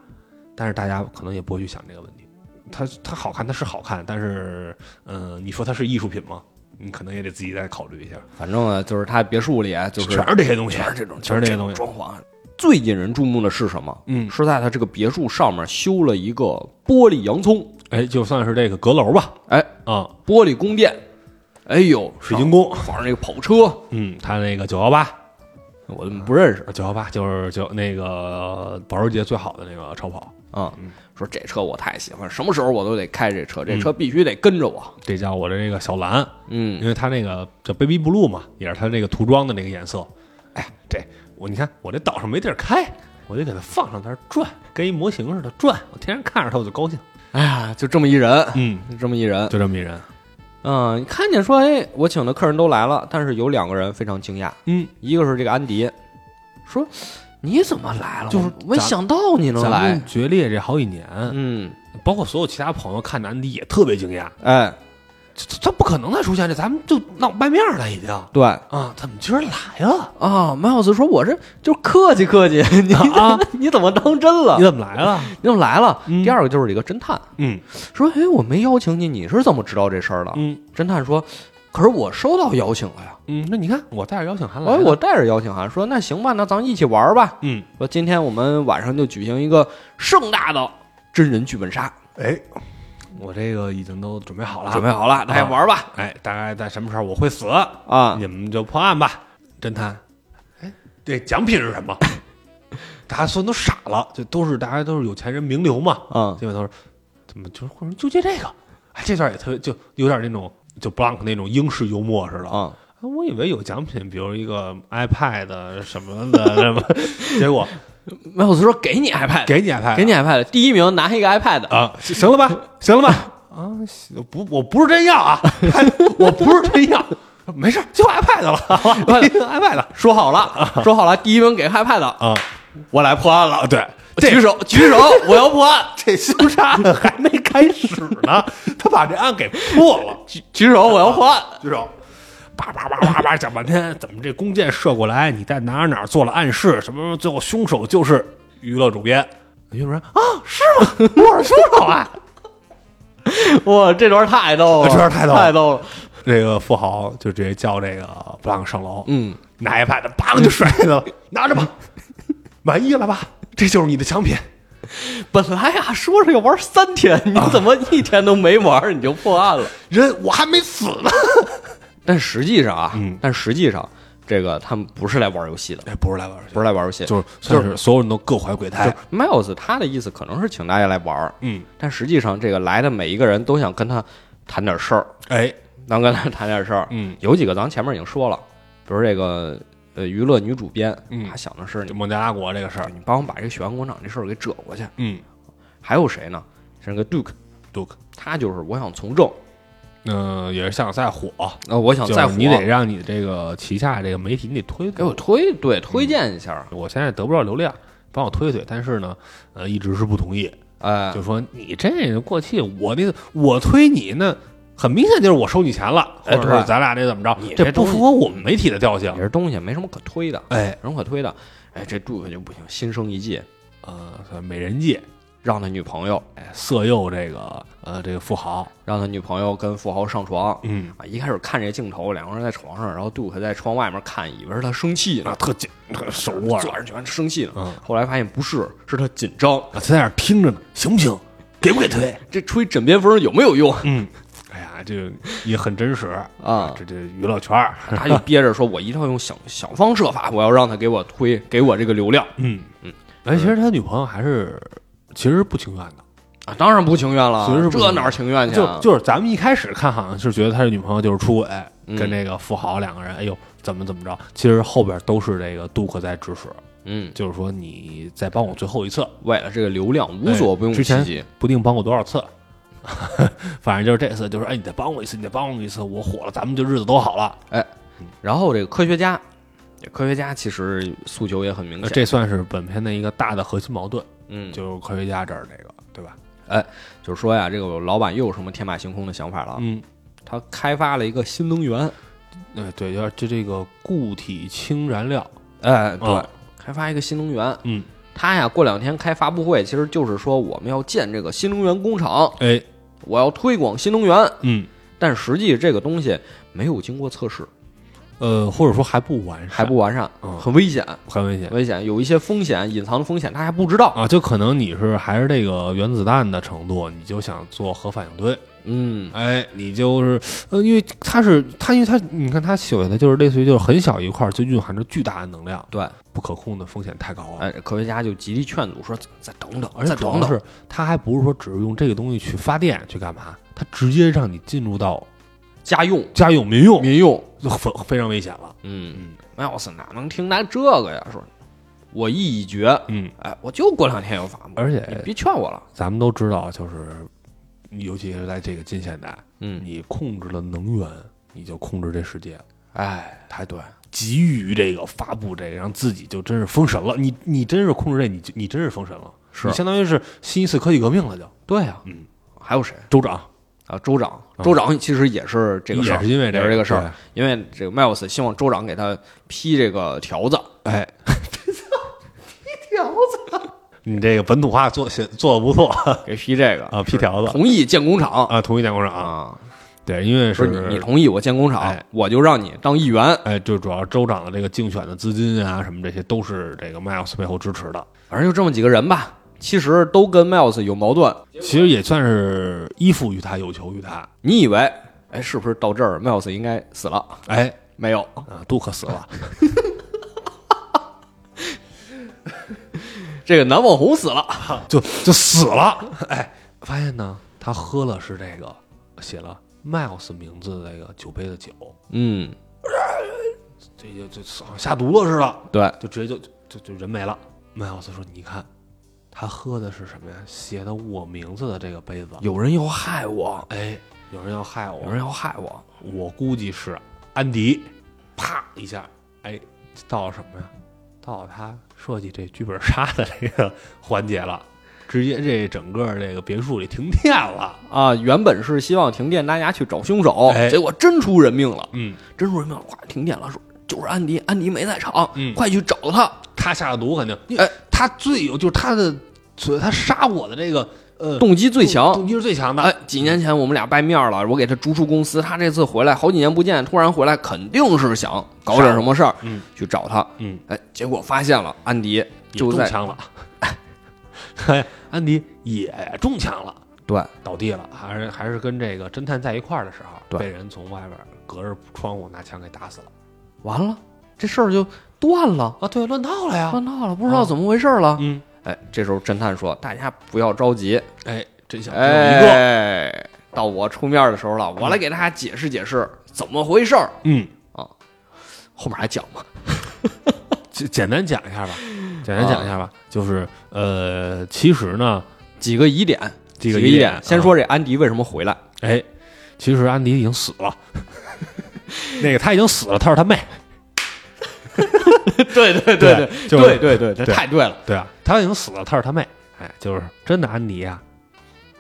B: 但是大家可能也不会去想这个问题。它它好看，它是好看，但是嗯、呃你说它是艺术品吗？你可能也得自己再考虑一下，
A: 反正呢，就是他别墅里啊就是
B: 全是这些东西，
A: 全是这种，
B: 全是这些东西。
A: 装潢。啊最引人注目的是什么？
B: 嗯，
A: 是在他这个别墅上面修了一个玻璃洋葱，
B: 哎，就算是这个阁楼吧，
A: 哎，
B: 啊、
A: 玻璃宫殿，哎呦，
B: 水晶宫，
A: 放上那个跑车，
B: 嗯，它那个九幺八，
A: 我怎么不认识
B: 九幺八就是就那个保时捷最好的那个超跑，
A: 啊？说这车我太喜欢，什么时候我都得开这车，这车必须得跟着我。
B: 这叫我的那个小蓝，
A: 嗯，
B: 因为它那个叫 baby blue 嘛，也是它那个涂装的那个颜色。哎呀，这我你看我这岛上没地儿开，我就给它放上那儿转，跟一模型似的转，我天天看着它我就高兴。
A: 哎呀，就这么一人，
B: 嗯，
A: 就这么一人。
B: 就这么一人。
A: 嗯，你看见说，哎，我请的客人都来了，但是有两个人非常惊讶，
B: 嗯，
A: 一个是这个安迪，说你怎么来了？
B: 就是
A: 我没
B: 咱
A: 想到你能
B: 咱
A: 来
B: 们。决裂这好几年，
A: 嗯，
B: 包括所有其他朋友看南迪也特别惊讶，
A: 哎，
B: 这这这不可能再出现这，咱们就闹掰面了已经
A: 对，
B: 啊！怎么今儿来了？
A: 啊，麦老师说我这就客气客 气，你怎么、
B: 啊
A: 你怎么当真了
B: 你？怎么来了？
A: 你怎么来了？
B: 嗯
A: 第二个就是一个侦探
B: 啊嗯
A: 说，哎，我没邀请你，你是怎么知道这事儿的？
B: 嗯
A: 侦探说，可是我收到邀请了呀。
B: 嗯，那你看我带着邀请函来
A: 哎，
B: 了，
A: 我带着邀请函说，那行吧，那咱一起玩吧。
B: 嗯，
A: 说今天我们晚上就举行一个盛大的真人剧本杀，
B: 哎，我这个已经都准备好了，啊
A: 准备好了，大家玩吧。
B: 哎，大概在什么时候我会死，
A: 啊，
B: 你们就破案吧，侦探。哎，这奖品是什么？ 大家说都傻了，这都是大家都是有钱人名流嘛，
A: 嗯
B: 基本都是怎么就是会人纠结这个？哎，这段也特别就有点那种就 Blank 那种英式幽默似的。
A: 嗯，
B: 啊我以为有奖品，比如一个 iPad 什么的，什么， 结果
A: 麦老师说给你 iPad，
B: 哎给你 iPad，
A: 给你 iPad，第一名拿一个 iPad。
B: 啊，行了吧，行了吧， 啊，行不，我不是真要啊，我不是真要，没事儿，就 iPad 了 ，iPad
A: 说好了，说好了，第一名给 iPad，
B: 啊，
A: 啊我来破案了。
B: 对，
A: 举手，举手，我要破案。
B: 这凶杀案啊 还没开始呢，他把这案给破了，
A: 举举手，我要破案。
B: 举手。叭叭叭叭叭讲半天，怎么这弓箭射过来？你在哪儿哪儿做了暗示？什么？最后凶手就是娱乐主编。娱乐主编啊，是吗？ 我是凶手啊！
A: 哇，这段太逗了，
B: 这段太逗了
A: 太逗了。
B: 这个富豪就直接叫这个布朗上楼，
A: 嗯，
B: 拿 iPad 砰就甩下去了， 拿着吧，满意了吧？这就是你的奖品。
A: 本来啊说是要玩三天，你怎么一天都没玩，你就破案 了？
B: 人我还没死呢。
A: 但实际上啊
B: 嗯，
A: 但实际上这个他们不是来玩游戏的，
B: 哎，不是来玩游戏，
A: 不是来玩游戏，
B: 就是算是所有人都各怀鬼胎。
A: Miles 哎他的意思可能是请大家来玩儿，
B: 嗯，
A: 但实际上这个来的每一个人都想跟他谈点事儿，
B: 哎，
A: 能跟他谈点事儿。
B: 嗯，
A: 有几个咱前面已经说了，比如这个呃娱乐女主编，
B: 嗯
A: 她想的是
B: 就
A: 你
B: 孟加拉国这个事儿，
A: 你帮我把这个雪阳广场这事儿给遮过去。
B: 嗯
A: 还有谁呢？像个 Duke，
B: ，Duke，
A: 他就是我想从政，
B: 嗯、也是想赛火，
A: 呃，我想
B: 就
A: 再
B: 是
A: 火，
B: 你得让你这个旗下这个媒体，你得推
A: 给
B: 推
A: 我推对推荐一下，
B: 我现在得不到流量，帮我推推，但是呢，呃，一直是不同意，
A: 哎、
B: 嗯就说你这个过气，我那个我推你那。很明显就是我收你钱了，或
A: 哎
B: 者
A: 对
B: 是咱俩这怎么着
A: 你？这
B: 这不
A: 东西
B: 符合我们媒体的调性
A: 也。是东西没什么可推的，
B: 哎，
A: 没什么可推的。哎，这 Duke 就不行，心生一计，
B: 呃，美人计，
A: 让他女朋友，
B: 哎，色诱这个呃这个富豪，
A: 让他女朋友跟富豪上床，
B: 嗯，
A: 啊，一开始看这镜头，两个人在床上，然后杜克在窗外面看，以为是他生气
B: 那
A: 呢，
B: 特紧，特手
A: 攥
B: 握着，
A: 着拳生气呢。
B: 嗯
A: 后来发现不是，是他紧张。
B: 我在那儿听着呢，行不行？给不给推？
A: 这吹枕边风有没有用
B: 嗯，哎呀，这也很真实
A: 啊？
B: 这这娱乐圈儿，
A: 他就憋着说：“我一定要用想想方设法，我要让他给我推，给我这个流量
B: 嗯嗯，哎，其实他女朋友还是其实是不情愿的，
A: 啊！”当然不情愿了
B: 其实，是不情
A: 这
B: 愿
A: 哪儿情愿去啊
B: 就？就是咱们一开始看好像是觉得他的女朋友就是出轨，
A: 嗯
B: 跟这个富豪两个人，哎呦怎么怎么着，其实后边都是这个杜克在指使，
A: 嗯，
B: 就是说你再帮我最后一次，
A: 为了这个流量无所不用
B: 哎之
A: 其
B: 前
A: 极。
B: 不定帮过多少次。 反正就是这次，就是哎，你再帮我一次，你再帮我一次，我火了，咱们这日子都好
A: 嗯
B: 了。
A: 然后这个科学家，这科学家其实诉求也很明显，
B: 那呃这算是本片的一个大的核心矛盾，
A: 嗯，
B: 就是科学家这儿这个，对吧？
A: 就是说呀，这个老板又有什么天马行空的想法了？
B: 嗯，
A: 他开发了一个新能源，
B: 呃，对，要就这个固体氢燃料，
A: 哎，对，
B: 嗯
A: 开发一个新能源。
B: 嗯，
A: 他呀，过两天开发布会，其实就是说我们要建这个新能源工厂，
B: 哎，
A: 我要推广新能源。
B: 嗯，
A: 但实际这个东西没有经过测试，
B: 呃，或者说还不完善，
A: 还不完善，
B: 嗯
A: 很危险，
B: 很危险
A: 危险，有一些风险，隐藏的风险他还不知道。
B: 啊！就可能你是还是这个原子弹的程度，你就想做核反应堆，
A: 嗯，
B: 哎，你就是呃，因为它是它，因为它你看它写的就是类似于就是很小一块儿就蕴含着巨大的能量，
A: 对，
B: 不可控的风险太高了。啊
A: 哎，科学家就极力劝阻说，再等等，
B: 而且
A: 再
B: 主
A: 等
B: 要
A: 等。
B: 是它还不是说只是用这个东西去发电去干嘛，它直接让你进入到
A: 家用、
B: 家用民用，
A: 民用，
B: 就非非常危险了。
A: 哦嗯
B: 嗯
A: ，Miles 哪能听他这个呀？说，我意已决，
B: 嗯，
A: 哎，我就过两天有发布，
B: 而
A: 你
B: 且
A: 别劝我了。
B: 咱们都知道，就是尤其是在这个近现代，
A: 嗯，
B: 你控制了能源，你就控制这世界了。
A: 哎，太对，
B: 急于这个发布这个，让自己就真是封神了。你你真是控制这，你就你真是封神了，
A: 是
B: 你相当于是新一次科技革命了就。
A: 对呀、
B: 嗯，
A: 还有谁
B: 州长
A: 啊？州长，州长其实也是这个事儿，
B: 也是因为
A: 也是
B: 这
A: 这
B: 个
A: 个事儿
B: 对，
A: 因为这个 Miles 希望州长给他批这个条子，
B: 哎，你这个本土化做写做的不错
A: 给批这个，
B: 啊，批条子
A: 同意建工厂
B: 啊，同意建工厂，
A: 啊，
B: 对，因为
A: 说
B: 是
A: 你你同意我建工厂
B: 哎，
A: 我就让你当议员。
B: 哎，就主要州长的这个竞选的资金啊，什么这些都是这个 Miles 背后支持的，
A: 反正就这么几个人吧，其实都跟 Miles 有矛盾。
B: 其实也算是依附于他，有求于他。
A: 你以为，哎，是不是到这儿 Miles 应该死了？
B: 哎，
A: 没有，
B: 啊，杜克死 了，
A: 这个男网红死了。
B: 就就死了。哎，发现呢，他喝了是这个写了 Miles 名字的这个酒杯的酒，
A: 嗯，
B: 这就就好像下毒了似的，
A: 对，
B: 就直接就就就人没了。Miles 说：“你看，他喝的是什么呀？写的我名字的这个杯子。
A: 有人要害我，
B: 哎，有人要害我，
A: 有人要害我。
B: 我估计是安迪，啪一下，哎，到了什么呀？到了他设计这剧本杀的这个环节了，直接这整个这个别墅里停电了。
A: 啊，原本是希望停电大家去找凶手，
B: 哎
A: 结果真出人命了，
B: 嗯，
A: 真出人命了，哗，停电了，说就是安迪，安迪没在场，
B: 嗯
A: 快去找他。
B: 他下的毒肯定，
A: 哎
B: 哎，他最有就是他的所以他杀我的这个呃
A: 动机最强。
B: 动机是最强的。
A: 哎，几年前我们俩掰面了，我给他逐出公司，他这次回来，好几年不见，突然回来，肯定是想搞点什么事儿，
B: 嗯
A: 去找他。
B: 嗯，
A: 哎，结果发现了安迪
B: 也
A: 就
B: 中
A: 在
B: 枪了， 哎，安迪也中枪了，
A: 对
B: 倒地了，还是还是跟这个侦探在一块儿的时候，
A: 对
B: 被人从外边隔着窗户拿枪给打死了
A: 完了，这事儿就断了，
B: 啊！对，乱套了呀。
A: 断套了，不知道怎么回事了。
B: 啊嗯，
A: 哎，这时候侦探说：“大家不要着急，
B: 哎，真
A: 啊
B: 相只有一个。
A: 哎，嗯到我出面的时候了，我来给大家解释解释怎么回事儿。
B: 嗯，
A: 后面还讲吗？
B: 简简单讲一下吧，简单讲一下
A: 啊
B: 吧，就是呃，其实呢，
A: 几个疑点，
B: 这个
A: 几个疑
B: 疑
A: 点。嗯先
B: 啊
A: 说这安迪为什么回来？
B: 哎，其实安迪已经死了， 那个他已经死了，他是他妹，
A: 对对
B: 对就是
A: 对对对，这
B: 对
A: 太对了。
B: 对啊，他已经死了，他是他妹，哎，就是真的安迪啊，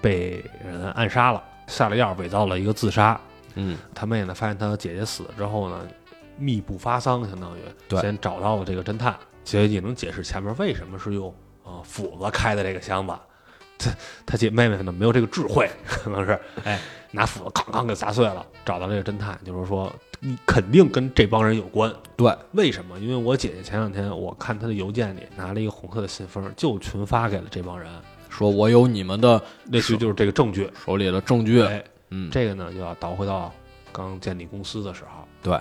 B: 被人暗杀了，下了药，伪造了一个自杀。
A: 嗯，
B: 他妹呢，发现他姐姐死了之后呢，密不发丧，相当于
A: 对
B: 先找到了这个侦探，所以也能解释前面为什么是用呃斧子开的这个箱子。他他姐妹妹呢没有这个智慧，可能是哎拿斧子哐哐给砸碎了，找到这个侦探，就是说你肯定跟这帮人有关，
A: 对，
B: 为什么？因为我姐姐前两天我看她的邮件里拿了一个红色的信封，就群发给了这帮人，
A: 说我有你们的
B: 类似于就是这个证据。
A: 手里的证据。
B: 哎，
A: 嗯，
B: 这个呢就要倒回到刚建立公司的时候，
A: 对，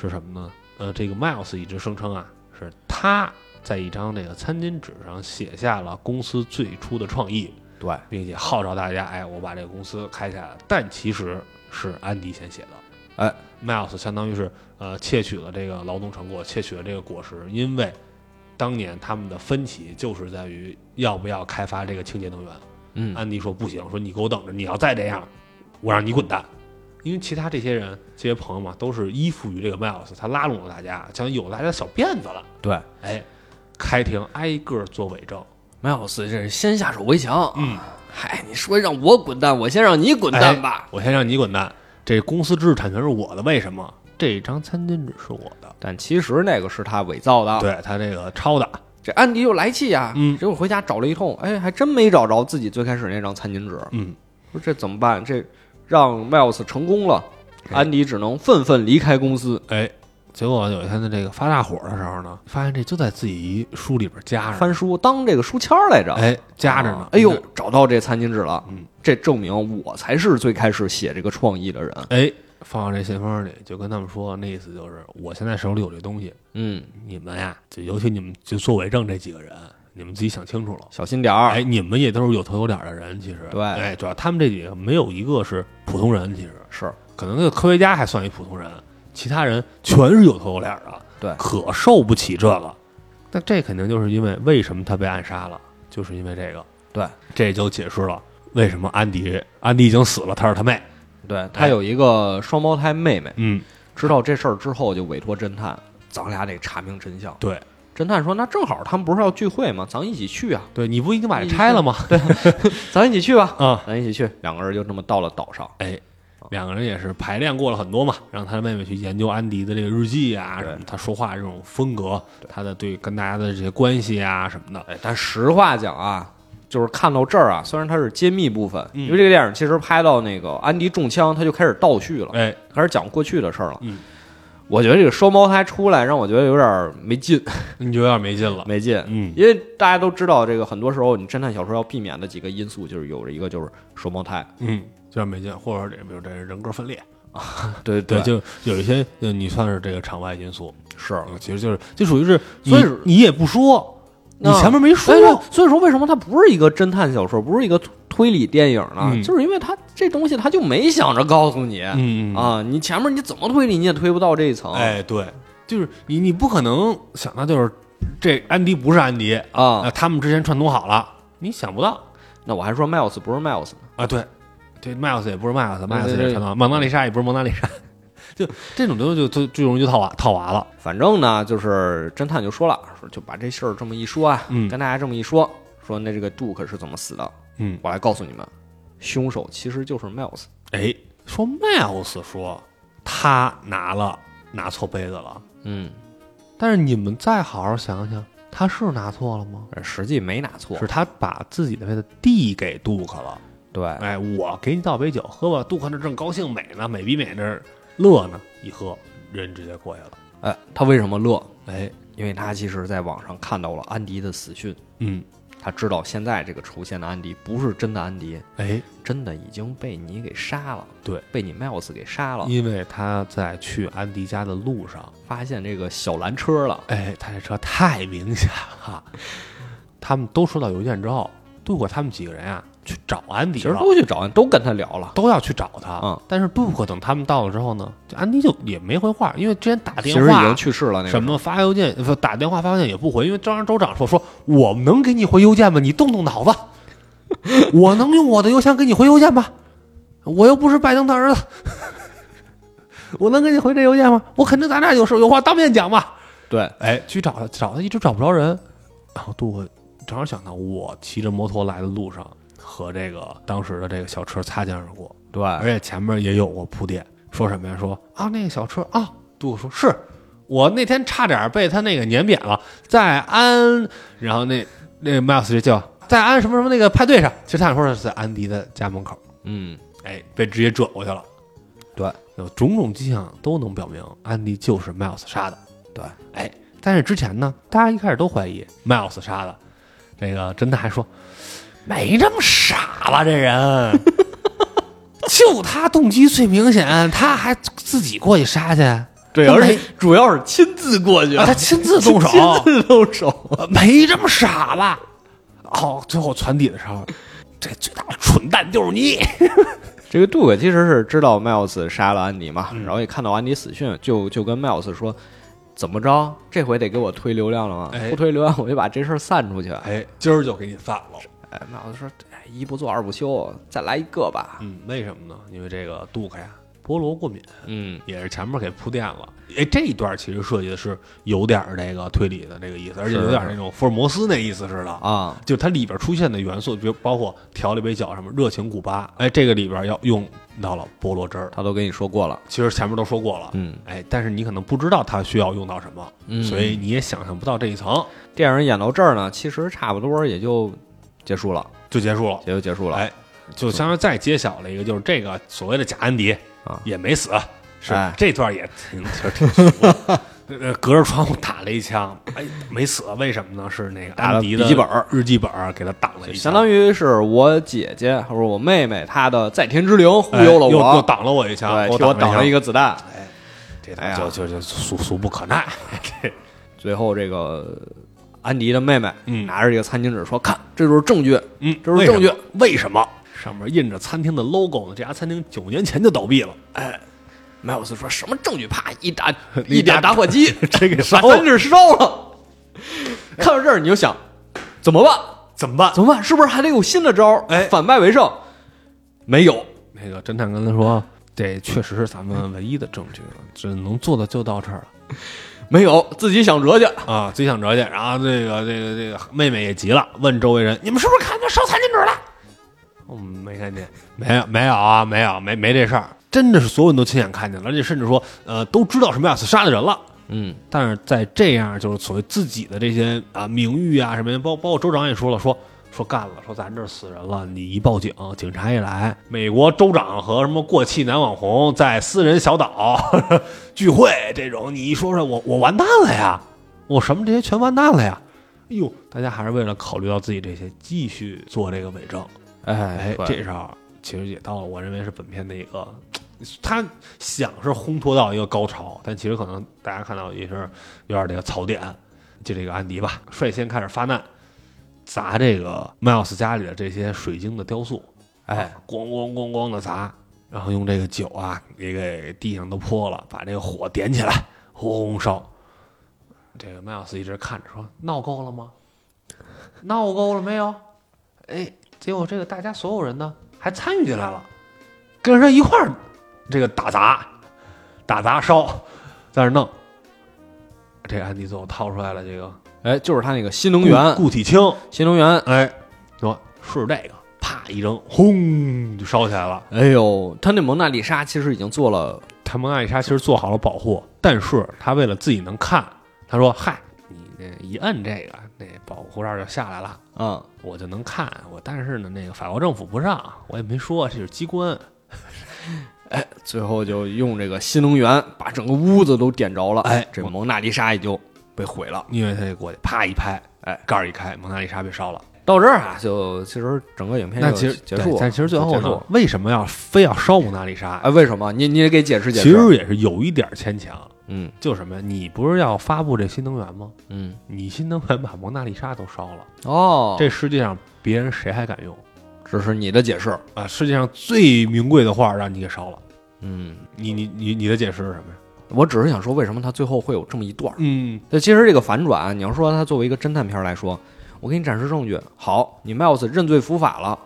B: 是什么呢？呃，这个 Miles 一直声称啊，是他在一张这个餐巾纸上写下了公司最初的创意，
A: 对，
B: 并且号召大家，哎，我把这个公司开起来了。但其实是安迪先写的。
A: 哎
B: ，Miles 相当于是呃窃取了这个劳动成果，窃取了这个果实，因为当年他们的分歧就是在于要不要开发这个清洁能源。
A: 嗯，
B: 安迪说不行，说你给我等着，你要再这样，我让你滚蛋。因为其他这些人，这些朋友嘛，都是依附于这个 Miles，他拉拢了大家，将有了大家的小辫子了。
A: 对。
B: 哎，开庭挨个做伪证，
A: 麦老四这是先下手为强。嗯，嗨，你说让我滚蛋，我先让你滚蛋吧。
B: 哎我先让你滚蛋。这公司知识产权是我的，为什么？这张餐巾纸是我的，
A: 但其实那个是他伪造的。
B: 对他这个抄的，
A: 这安迪就来气呀、
B: 嗯
A: 结果回家找了一通，哎，还真没找着自己最开始那张餐巾纸。
B: 嗯，
A: 说这怎么办？这让 Miles 成功了，安迪只能愤愤离开公司，
B: 哎，结果有一天的这个发大火的时候呢，发现这就在自己书里边夹着，
A: 翻书当这个书签儿来着，
B: 哎，夹着呢
A: 啊，哎呦，，找到这餐巾纸了，
B: 嗯
A: 这证明我才是最开始写这个创意的人。
B: 哎，放到这信封里，就跟他们说，那意思就是我现在手里有这东西，
A: 嗯，
B: 你们呀，就尤其你们就作伪证这几个人，你们自己想清楚了。
A: 小心点儿。
B: 哎，你们也都是有头有脸的人，其实
A: 啊对
B: 哎，主要他们这几个没有一个是普通人，其实
A: 是
B: 可能那个科学家还算一普通人，其他人全是有头有脸的，
A: 对
B: 可受不起这个。那这肯定就是因为为什么他被暗杀了，就是因为这个，
A: 对
B: 这就解释了为什么安迪安迪已经死了，他是他妹，哎
A: 对，他有一个双胞胎妹妹，
B: 嗯，
A: 知道这事儿之后就委托侦探，咱俩得查明真相。
B: 对
A: 侦探说：“那正好，他们不是要聚会吗？咱一起去啊，
B: 对，你不已经把这拆了吗？对
A: 咱一起去吧，
B: 啊，
A: 咱一起去。”两个人就这么到了岛上。
B: 哎，两个人也是排练过了很多嘛，让他的妹妹去研究安迪的这个日记啊，
A: 对
B: 什么他说话这种风格，他的对跟大家的这些关系啊什么的，
A: 哎，但实话讲啊，就是看到这儿啊，虽然它是揭秘部分，
B: 嗯
A: 因为这个电影其实拍到那个安迪中枪，他就开始倒叙了，
B: 哎，
A: 开始讲过去的事儿了。
B: 嗯，
A: 我觉得这个双胞胎出来让我觉得有点儿没劲，
B: 你就有点没劲了，
A: 没劲。
B: 啊嗯，
A: 因为大家都知道，这个很多时候你侦探小说要避免的几个因素，就是有着一个就是双胞胎，
B: 嗯，有点没劲，或者这比如这人格分裂，
A: 对
B: 对，就有一些呃你算是这个场外因素，
A: 是
B: 呃其实就是就属于是你，
A: 所以是
B: 你也不说，你
A: 那哎
B: 前面没说
A: 所以，说，所以说为什么它不是一个侦探小说，不是一个推理电影呢？
B: 嗯
A: 就是因为它这东西它就没想着告诉你、
B: 嗯嗯
A: 啊，你前面你怎么推理你也推不到这一层，
B: 哎，对，就是你你不可能想到就是这安迪不是安迪
A: 啊
B: 呃，他们之前串通好了，你想不到。
A: 那我还说 Miles 不是 Miles 呢，
B: 啊，对，对，Miles 也不是 Miles，Miles
A: 对
B: 也
A: 对
B: 是传统，蒙娜丽莎也不是蒙娜丽莎， 就这种东西就就最容易就套娃套娃了。
A: 反正呢，就是侦探就说了，说就把这事儿这么一说啊，
B: 嗯
A: 跟大家这么一说，说那这个 Duke 是怎么死的，
B: 嗯，
A: 我来告诉你们，凶手其实就是 Miles。
B: 哎，说 Miles 说他拿了拿错杯子了，
A: 嗯，
B: 但是你们再好好想想，他是拿错了吗？
A: 呃实际没拿错
B: 是。他把自己的杯子递给杜克了。
A: 对，
B: 哎，我给你倒杯酒喝吧。杜克那正高兴美呢，美逼美那儿乐呢，一喝人直接过去了。
A: 哎，他为什么乐？
B: 哎，
A: 因为他其实在网上看到了安迪的死讯，
B: 嗯，
A: 他知道现在这个出现的安迪不是真的安迪，
B: 哎，
A: 真的已经被你给杀了，
B: 对，
A: 被你 Miles 给杀了，
B: 因为他在去安迪家的路上，
A: 发现这个小蓝车了，
B: 哎，他这车太明显了。他们都收到邮件之后，杜克他们几个人啊去找安迪
A: 其实
B: 了，
A: 都去找，都跟他聊了，
B: 都要去找他。
A: 嗯，
B: 但是杜克等他们到了之后呢，就安迪就也没回话，因为之前打
A: 其
B: 电
A: 实已
B: 话
A: 经去世了那个
B: 什么发邮件、不打电话发邮件也不回，因为当时州长说说我们能给你回邮件吗？你动动脑子， 我能用我的邮箱给你回邮件吗？我又不是拜登的儿子，我能给你回这邮件吗？我肯定咱俩有事有话当面讲嘛。
A: 对，
B: 哎，去找他，找他一直找不着人。然后杜克正好想到，我骑着摩托来的路上和这个当时的这个小车擦肩而过，
A: 对，
B: 而且前面也有过铺垫，说什么呀？说啊，那个小车啊，杜克说是我那天差点被他那个碾扁了，在安，然后那那个 Miles 就叫在安什么什么那个派对上，其实他想说是在安迪的家门口，
A: 嗯，
B: 哎，被直接转过去了。
A: 对，
B: 有种种迹象都能表明安迪就是 Miles 杀的。
A: 对，
B: 哎，但是之前呢，大家一开始都怀疑 Miles 杀的，这个真的还说没这么傻吧，这 人，就他动机最明显，他还自己过去杀去，
A: 对，
B: 他
A: 而
B: 没
A: 且主要是亲自过去
B: 啊他 亲自动手，
A: 亲自动手，
B: 没这么傻吧？哦，最后传底的时候，这最大的蠢蛋就是你。
A: 这个杜伟其实是知道 Miles 杀了安迪嘛，然后也看到安迪死讯，就就跟 Miles 说，怎么着，这回得给我推流量了吗？
B: 哎
A: 不推流量，我就把这事儿散出去。
B: 哎，今儿就给你散了。
A: 哎，Miles 说，哎一不做二不休，再来一个吧。
B: 嗯，为什么呢？因为这个杜克呀，菠萝过敏，
A: 嗯，
B: 也是前面给铺垫了。哎，这一段其实设计的是有点儿这个推理的这个意思，而且
A: 是
B: 有点儿
A: 是
B: 那种福尔摩斯那意思似的。
A: 啊，
B: 就它里边出现的元素，比如包括调了一杯酒什么热情古巴，哎，这个里边要用到了菠萝汁儿。
A: 他都跟你说过了。
B: 其实前面都说过了，
A: 嗯，
B: 哎，但是你可能不知道它需要用到什么，
A: 嗯
B: 所以你也想象不到这一层，
A: 电影演到这儿呢，其实差不多也就结束了，
B: 就结束了。
A: 也就结束了。
B: 哎，就相当于再揭晓了一个，就是这个所谓的假安迪
A: 啊
B: 也没死，是
A: 哎
B: 这段也挺其实挺俗的呃，隔着窗户打了一枪，哎，没死，为什么呢？是那个
A: 打了
B: 安迪的
A: 笔记本
B: 日记本儿给他挡了一枪，
A: 相当
B: 于
A: 于是我姐姐或者我妹妹她的在天之灵忽
B: 哎、
A: 悠了
B: 又
A: 我，
B: 又挡了我一枪，
A: 对，替
B: 我
A: 我挡了一
B: 个，
A: 个子弹。
B: 这
A: 哎呀
B: 就就就俗俗不可耐，这
A: 最后这个安迪的妹妹
B: 嗯
A: 拿着这个餐巾纸说：“看，这就是证据。
B: 嗯，
A: 这是证据
B: 为什么为什么？上面印着餐厅的 logo 呢？这家餐厅九年前就倒闭了，
A: 迈尔斯说什么证据？啪，一 打
B: 一
A: 一
B: 打
A: 点打火机，
B: 这给
A: 把
B: 烧
A: 餐
B: 了，
A: 纸烧了。看到这儿你就想，怎么办？
B: 怎么办？
A: 怎么办？是不是还得有新的招儿？
B: 啊哎
A: 反败为胜？没有，
B: 那个侦探跟他说：“这确实是咱们唯一的证据了，只能做的就到这儿了
A: 没有，自己想辙去。
B: 啊！”最想辙去，然后这个这个这个妹妹也急了，问周围人：“你们是不是看见烧餐巾纸了？”我们哦没看见，没有没有啊，没有没没这事儿，真的是所有人都亲眼看见了，而且甚至说呃都知道什么样死杀的人了。
A: 嗯，
B: 但是在这样就是所谓自己的这些啊名誉啊什么的，包包括州长也说了，说说干了，说咱这儿死人了，你一报警，警察一来，美国州长和什么过气男网红在私人小岛 聚会这种，你一说说我我完蛋了呀，我什么这些全完蛋了呀，哎呦，大家还是为了考虑到自己这些，继续做这个伪证。哎
A: 哎，
B: 这时候其实也到了我认为是本片的一个，他想是烘托到一个高潮，但其实可能大家看到也是有点这个槽点，就这个安迪吧，率先开始发难，砸这个迈尔斯家里的这些水晶的雕塑，
A: 哎，
B: 咣咣咣咣的砸，然后用这个酒啊也给地上都泼了，把这个火点起来，轰轰烧。这个迈尔斯一直看着说：“闹够了吗？闹够了没有？”哎，结果这个大家所有人呢还参与进来了，跟人一块儿这个打砸、打砸烧，在那儿弄。这安迪最后掏出来了这个
A: 哎，就是他那个新能源，
B: 固体氢，
A: 新能源。
B: 哎，说是这个，啪一扔，轰就烧起来了。
A: 哎呦，他那蒙娜丽莎其实已经做了，
B: 他蒙娜丽莎其实做好了保护，但是他为了自己能看，他说：“嗨，你那一摁这个，那保护护罩就下来了，
A: 啊，
B: 我就能看。我但是呢，那个法国政府不让，我也没说这是机关。
A: 最后就用这个新能源把整个屋子都点着了，
B: 哎
A: 这蒙娜丽莎也就被毁了。
B: 因为他就过去啪一拍，
A: 哎，
B: 盖儿一开，蒙娜丽莎被烧了。
A: 到这儿啊，就其实整个影片
B: 那
A: 就
B: 其实
A: 结束了
B: 对。但其实最后
A: 就结束
B: 呢
A: 了，
B: 为什么要非要烧蒙娜丽莎？
A: 哎，为什么？你你也给解释解
B: 其
A: 释。
B: 实也是有一点儿牵强，
A: 嗯
B: 就是什么呀？你不是要发布这新能源吗？
A: 嗯，
B: 你新能源把蒙娜丽莎都烧了，
A: 哦，
B: 这世界上别人谁还敢用
A: 这是你的解释。
B: 啊？世界上最名贵的画让你给烧了，
A: 嗯，
B: 你你你你的解释是什么呀？
A: 我只是想说，为什么它最后会有这么一段儿？
B: 嗯，
A: 那其实这个反转，你要说它作为一个侦探片儿来说，我给你展示证据，好，你 Miles 认罪伏法了，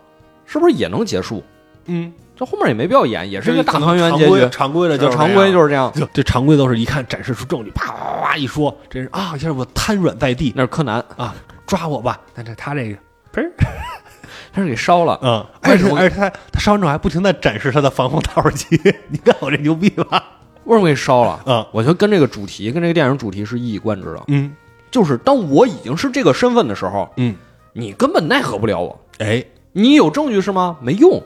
A: 是不是也能结束？
B: 嗯，
A: 这后面也没必要演，也
B: 也
A: 是一个大团圆结局，
B: 常规的啊
A: 就常规就是这样。
B: 就这常规都是一看展示出证据，啪啪啪一说，真是啊一下我瘫软在地，
A: 那是柯南，
B: 啊，抓我吧！但是他这个，
A: 他是给烧了，
B: 嗯，
A: 为
B: 而
A: 什
B: 且
A: 么
B: 而且他他烧完之后还不停的展示他的防空打火机， 你看我这牛逼吧？
A: 为什么给烧了？
B: 嗯
A: 我觉得跟这个主题，跟这个电影主题是一以贯之的，
B: 嗯
A: 就是当我已经是这个身份的时候，
B: 嗯，
A: 你根本奈何不了我。
B: 哎，
A: 你有证据是吗？没用，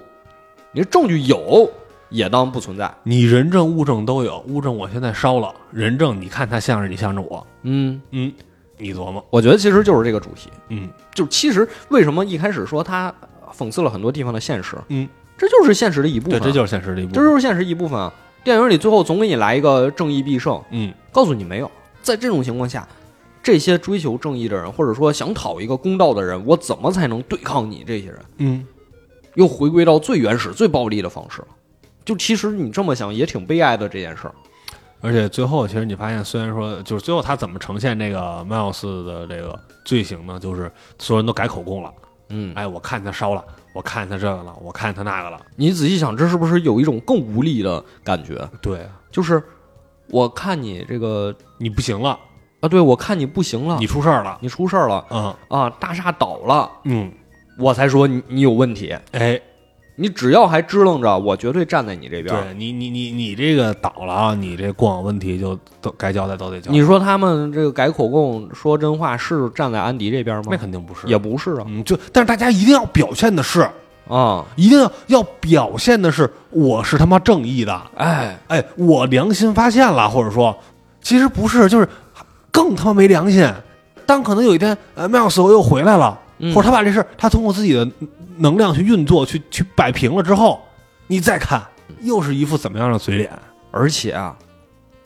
A: 你证据有也当不存在。
B: 你人证物证都有，物证我现在烧了，人证你看他向着你向着我，
A: 嗯，
B: 嗯，你琢磨，
A: 我觉得其实就是这个主题，
B: 嗯
A: 就其实为什么一开始说他讽刺了很多地方的现实，
B: 嗯，
A: 这就是现实的一部分
B: 对，
A: 啊，
B: 这就是现实的一部
A: 这
B: 分，
A: 就是现实一部分啊。电影里最后总给你来一个正义必胜，
B: 嗯
A: 告诉你没有，在这种情况下，这些追求正义的人，或者说想讨一个公道的人，我怎么才能对抗你这些人？
B: 嗯，
A: 又回归到最原始、最暴力的方式了。就其实你这么想也挺悲哀的这件事儿，
B: 而且最后其实你发现，虽然说就是最后他怎么呈现这个 Miles 的这个罪行呢？就是所有人都改口供了，
A: 嗯，
B: 哎，我看他烧了，我看他这个了，我看他那个了，
A: 你仔细想，这是不是有一种更无力的感觉？
B: 对啊，
A: 就是我看你这个
B: 你不行了，
A: 啊，对我看你不行了，
B: 你出事儿了，
A: 你出事儿了
B: 嗯。
A: 啊，大厦倒了，
B: 嗯，
A: 我才说你你有问题。
B: 哎，
A: 你只要还支棱着，我绝对站在你这边儿。
B: 对你你你你这个倒了啊，你这过往问题就都该交代都得交代，
A: 你说他们这个改口供说真话是站在安迪这边
B: 那
A: 吗？
B: 肯定不是，
A: 也不是啊
B: 嗯，就但是大家一定要表现的是，
A: 啊，
B: 一定要要表现的是我是他妈正义的，
A: 哎，
B: 哎，我良心发现了，或者说其实不是，就是更他妈没良心。当可能有一天，呃，麦克斯我又回来了，
A: 嗯
B: 或者他把这事儿他通过自己的能量去运作、去去摆平了之后，你再看，
A: 嗯
B: 又是一副怎么样的嘴脸？
A: 而且啊，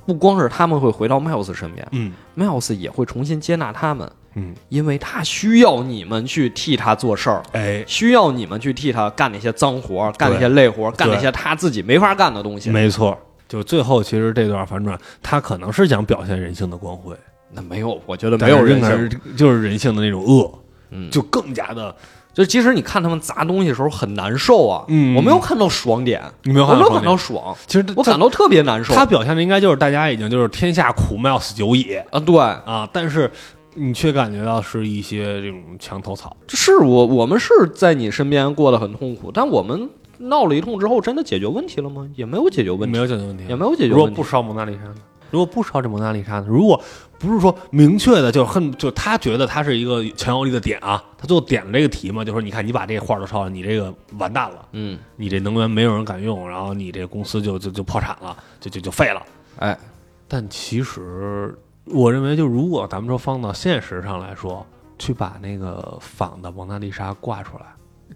A: 不光是他们会回到 Miles 身边
B: 嗯
A: ，Miles 也会重新接纳他们，
B: 嗯，
A: 因为他需要你们去替他做事儿。
B: 哎，
A: 需要你们去替他干那些脏活儿，干那些累活儿，干那些他自己没法干的东西。
B: 没错，就最后其实这段反转，他可能是想表现人性的光辉，
A: 那没有，我觉得
B: 但
A: 没有人
B: 应该
A: 性。
B: 是就是人性的那种恶，
A: 嗯
B: 就更加的，
A: 就即使你看他们砸东西的时候很难受啊，
B: 嗯
A: 我没有看到爽点，
B: 你没有
A: 我
B: 看
A: 没
B: 到
A: 有
B: 吗
A: 感到爽，
B: 其实他
A: 我感到特别难受。
B: 他表现的应该就是大家已经就是天下苦卖要死久矣
A: 啊，对，
B: 啊，但是你却感觉到是一些这种墙头草，
A: 是我我们是在你身边过得很痛苦，但我们闹了一通之后，真的解决问题了吗？也没有解决问
B: 没
A: 题，
B: 有解决问题
A: 也。没有解决
B: 如果
A: 问题
B: 不。烧蒙娜丽莎呢？如果不烧这蒙娜丽莎呢？如果不是说明确的，就是恨，就是他觉得他是一个强有力的点啊，他最后点了这个题嘛，就说你看你把这画都烧了，你这个完蛋了。
A: 嗯，
B: 你这能源没有人敢用，然后你这公司就就就破产了，就就就废了。
A: 哎，
B: 但其实我认为，就如果咱们说放到现实上来说，去把那个仿的蒙娜丽莎挂出来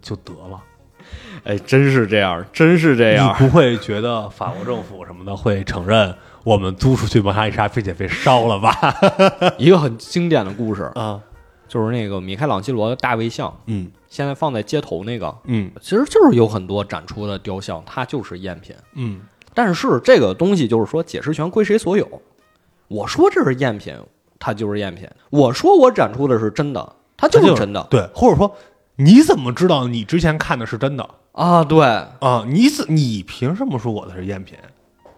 B: 就得了，
A: 哎，真是这样，真是这
B: 你。不会觉得法国政府什么的会承认我们租出去蒙娜丽莎并且被烧了 吧？
A: 一个很经典的故事，
B: 啊，
A: 就是那个米开朗基罗的大卫像，
B: 嗯
A: 现在放在街头那个，
B: 嗯
A: 其实就是有很多展出的雕像，它就是赝品。
B: 嗯，
A: 但是这个东西就是说，解释权归谁所有？我说这是赝品，它就是赝品；我说我展出的是真的，它就
B: 这
A: 是真的
B: 对，或者说你怎么知道你之前看的是真的
A: 啊！对，
B: 啊？你怎你凭什么说我的是赝品？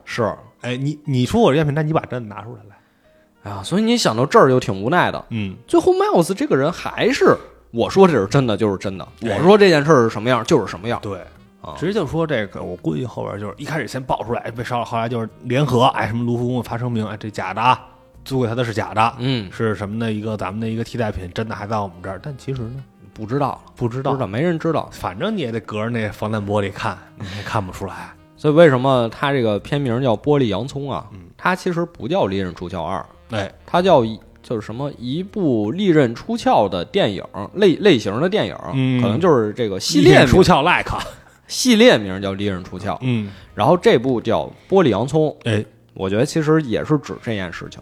A: 是。
B: 哎，你你说我是赝品，那你把真的拿出来来。
A: 哎呀，所以你想到这儿就挺无奈的。
B: 嗯，
A: 最后，Miles 这个人还是我说这是真的就是真的，
B: 哎
A: 我说这件事儿是什么样就是什么样。
B: 对
A: 啊，
B: 直接就说这个，我估计后边就是一开始先爆出来哎被烧了，后来就是联合，哎，什么卢浮宫发声明，哎，这假的啊，租给他的是假的，
A: 嗯，
B: 是什么的一个咱们的一个替代品，真的还在我们这儿，但其实呢
A: 不知道了，
B: 不知
A: 不知
B: 道，
A: 道，没人知道。
B: 反正你也得隔着那防弹玻璃看，你也看不出来。
A: 所以为什么它这个片名叫《玻璃洋葱》啊
B: 嗯？
A: 它其实不叫《利刃出鞘二》，
B: 哎，
A: 它叫一就是什么一部利刃出鞘的电影类类型的电影，
B: 嗯
A: 可能就是这个系
B: 一
A: 列
B: 点出
A: 名
B: 鞘 like，啊
A: 系列名叫《利刃出鞘》，
B: 嗯，
A: 然后这部叫《玻璃洋葱》。
B: 哎，
A: 我觉得其实也是指这件事情，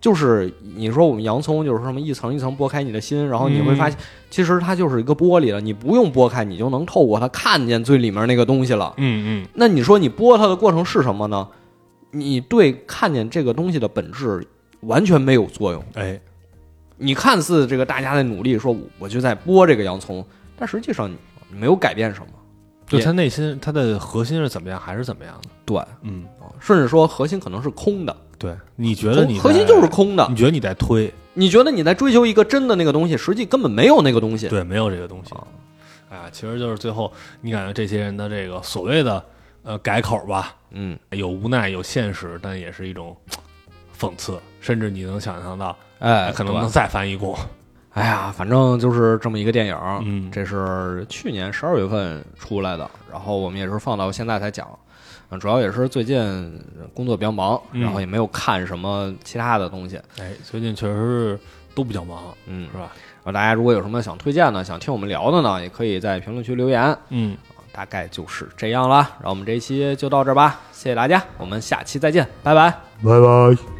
A: 就是你说我们洋葱就是什么一层一层剥开你的心，然后你会
B: 嗯
A: 发现，其实它就是一个玻璃了，你不用剥开，你就能透过它看见最里面那个东西了。
B: 嗯嗯，
A: 那你说你剥它的过程是什么呢？你对看见这个东西的本质完全没有作用。
B: 哎，
A: 你看似这个大家在努力说我我就在剥这个洋葱，但实际上你没有改变什么。
B: 就
A: 也
B: 他内心他的核心是怎么样，还是怎么样的？
A: 对，啊
B: 嗯，
A: 甚至说核心可能是空的，
B: 对，你觉得你
A: 核心
B: 在
A: 就是，空的。
B: 你觉得你在推，
A: 你觉得你在追求一个真的那个东西，实际根本没有那个东西。
B: 对，没有这个东西
A: 啊。
B: 啊，其实就是最后你感觉这些人的这个所谓的呃改口吧，
A: 嗯，
B: 有无奈，有现实，但也是一种讽刺，甚至你能想象到，
A: 哎，
B: 可能
A: 对
B: 能再翻一共。
A: 哎呀，反正就是这么一个电影。
B: 嗯
A: 这是去年十二月份出来的，然后我们也是放到现在才讲。嗯，主要也是最近工作比较忙，
B: 嗯
A: 然后也没有看什么其他的东西。
B: 哎，最近确实是都比较忙，
A: 嗯，
B: 是吧？
A: 然后大家如果有什么想推荐的、想听我们聊的呢，也可以在评论区留言。
B: 嗯，
A: 大概就是这样啦，然后我们这一期就到这儿吧，谢谢大家，我们下期再见，拜拜。
B: 拜拜。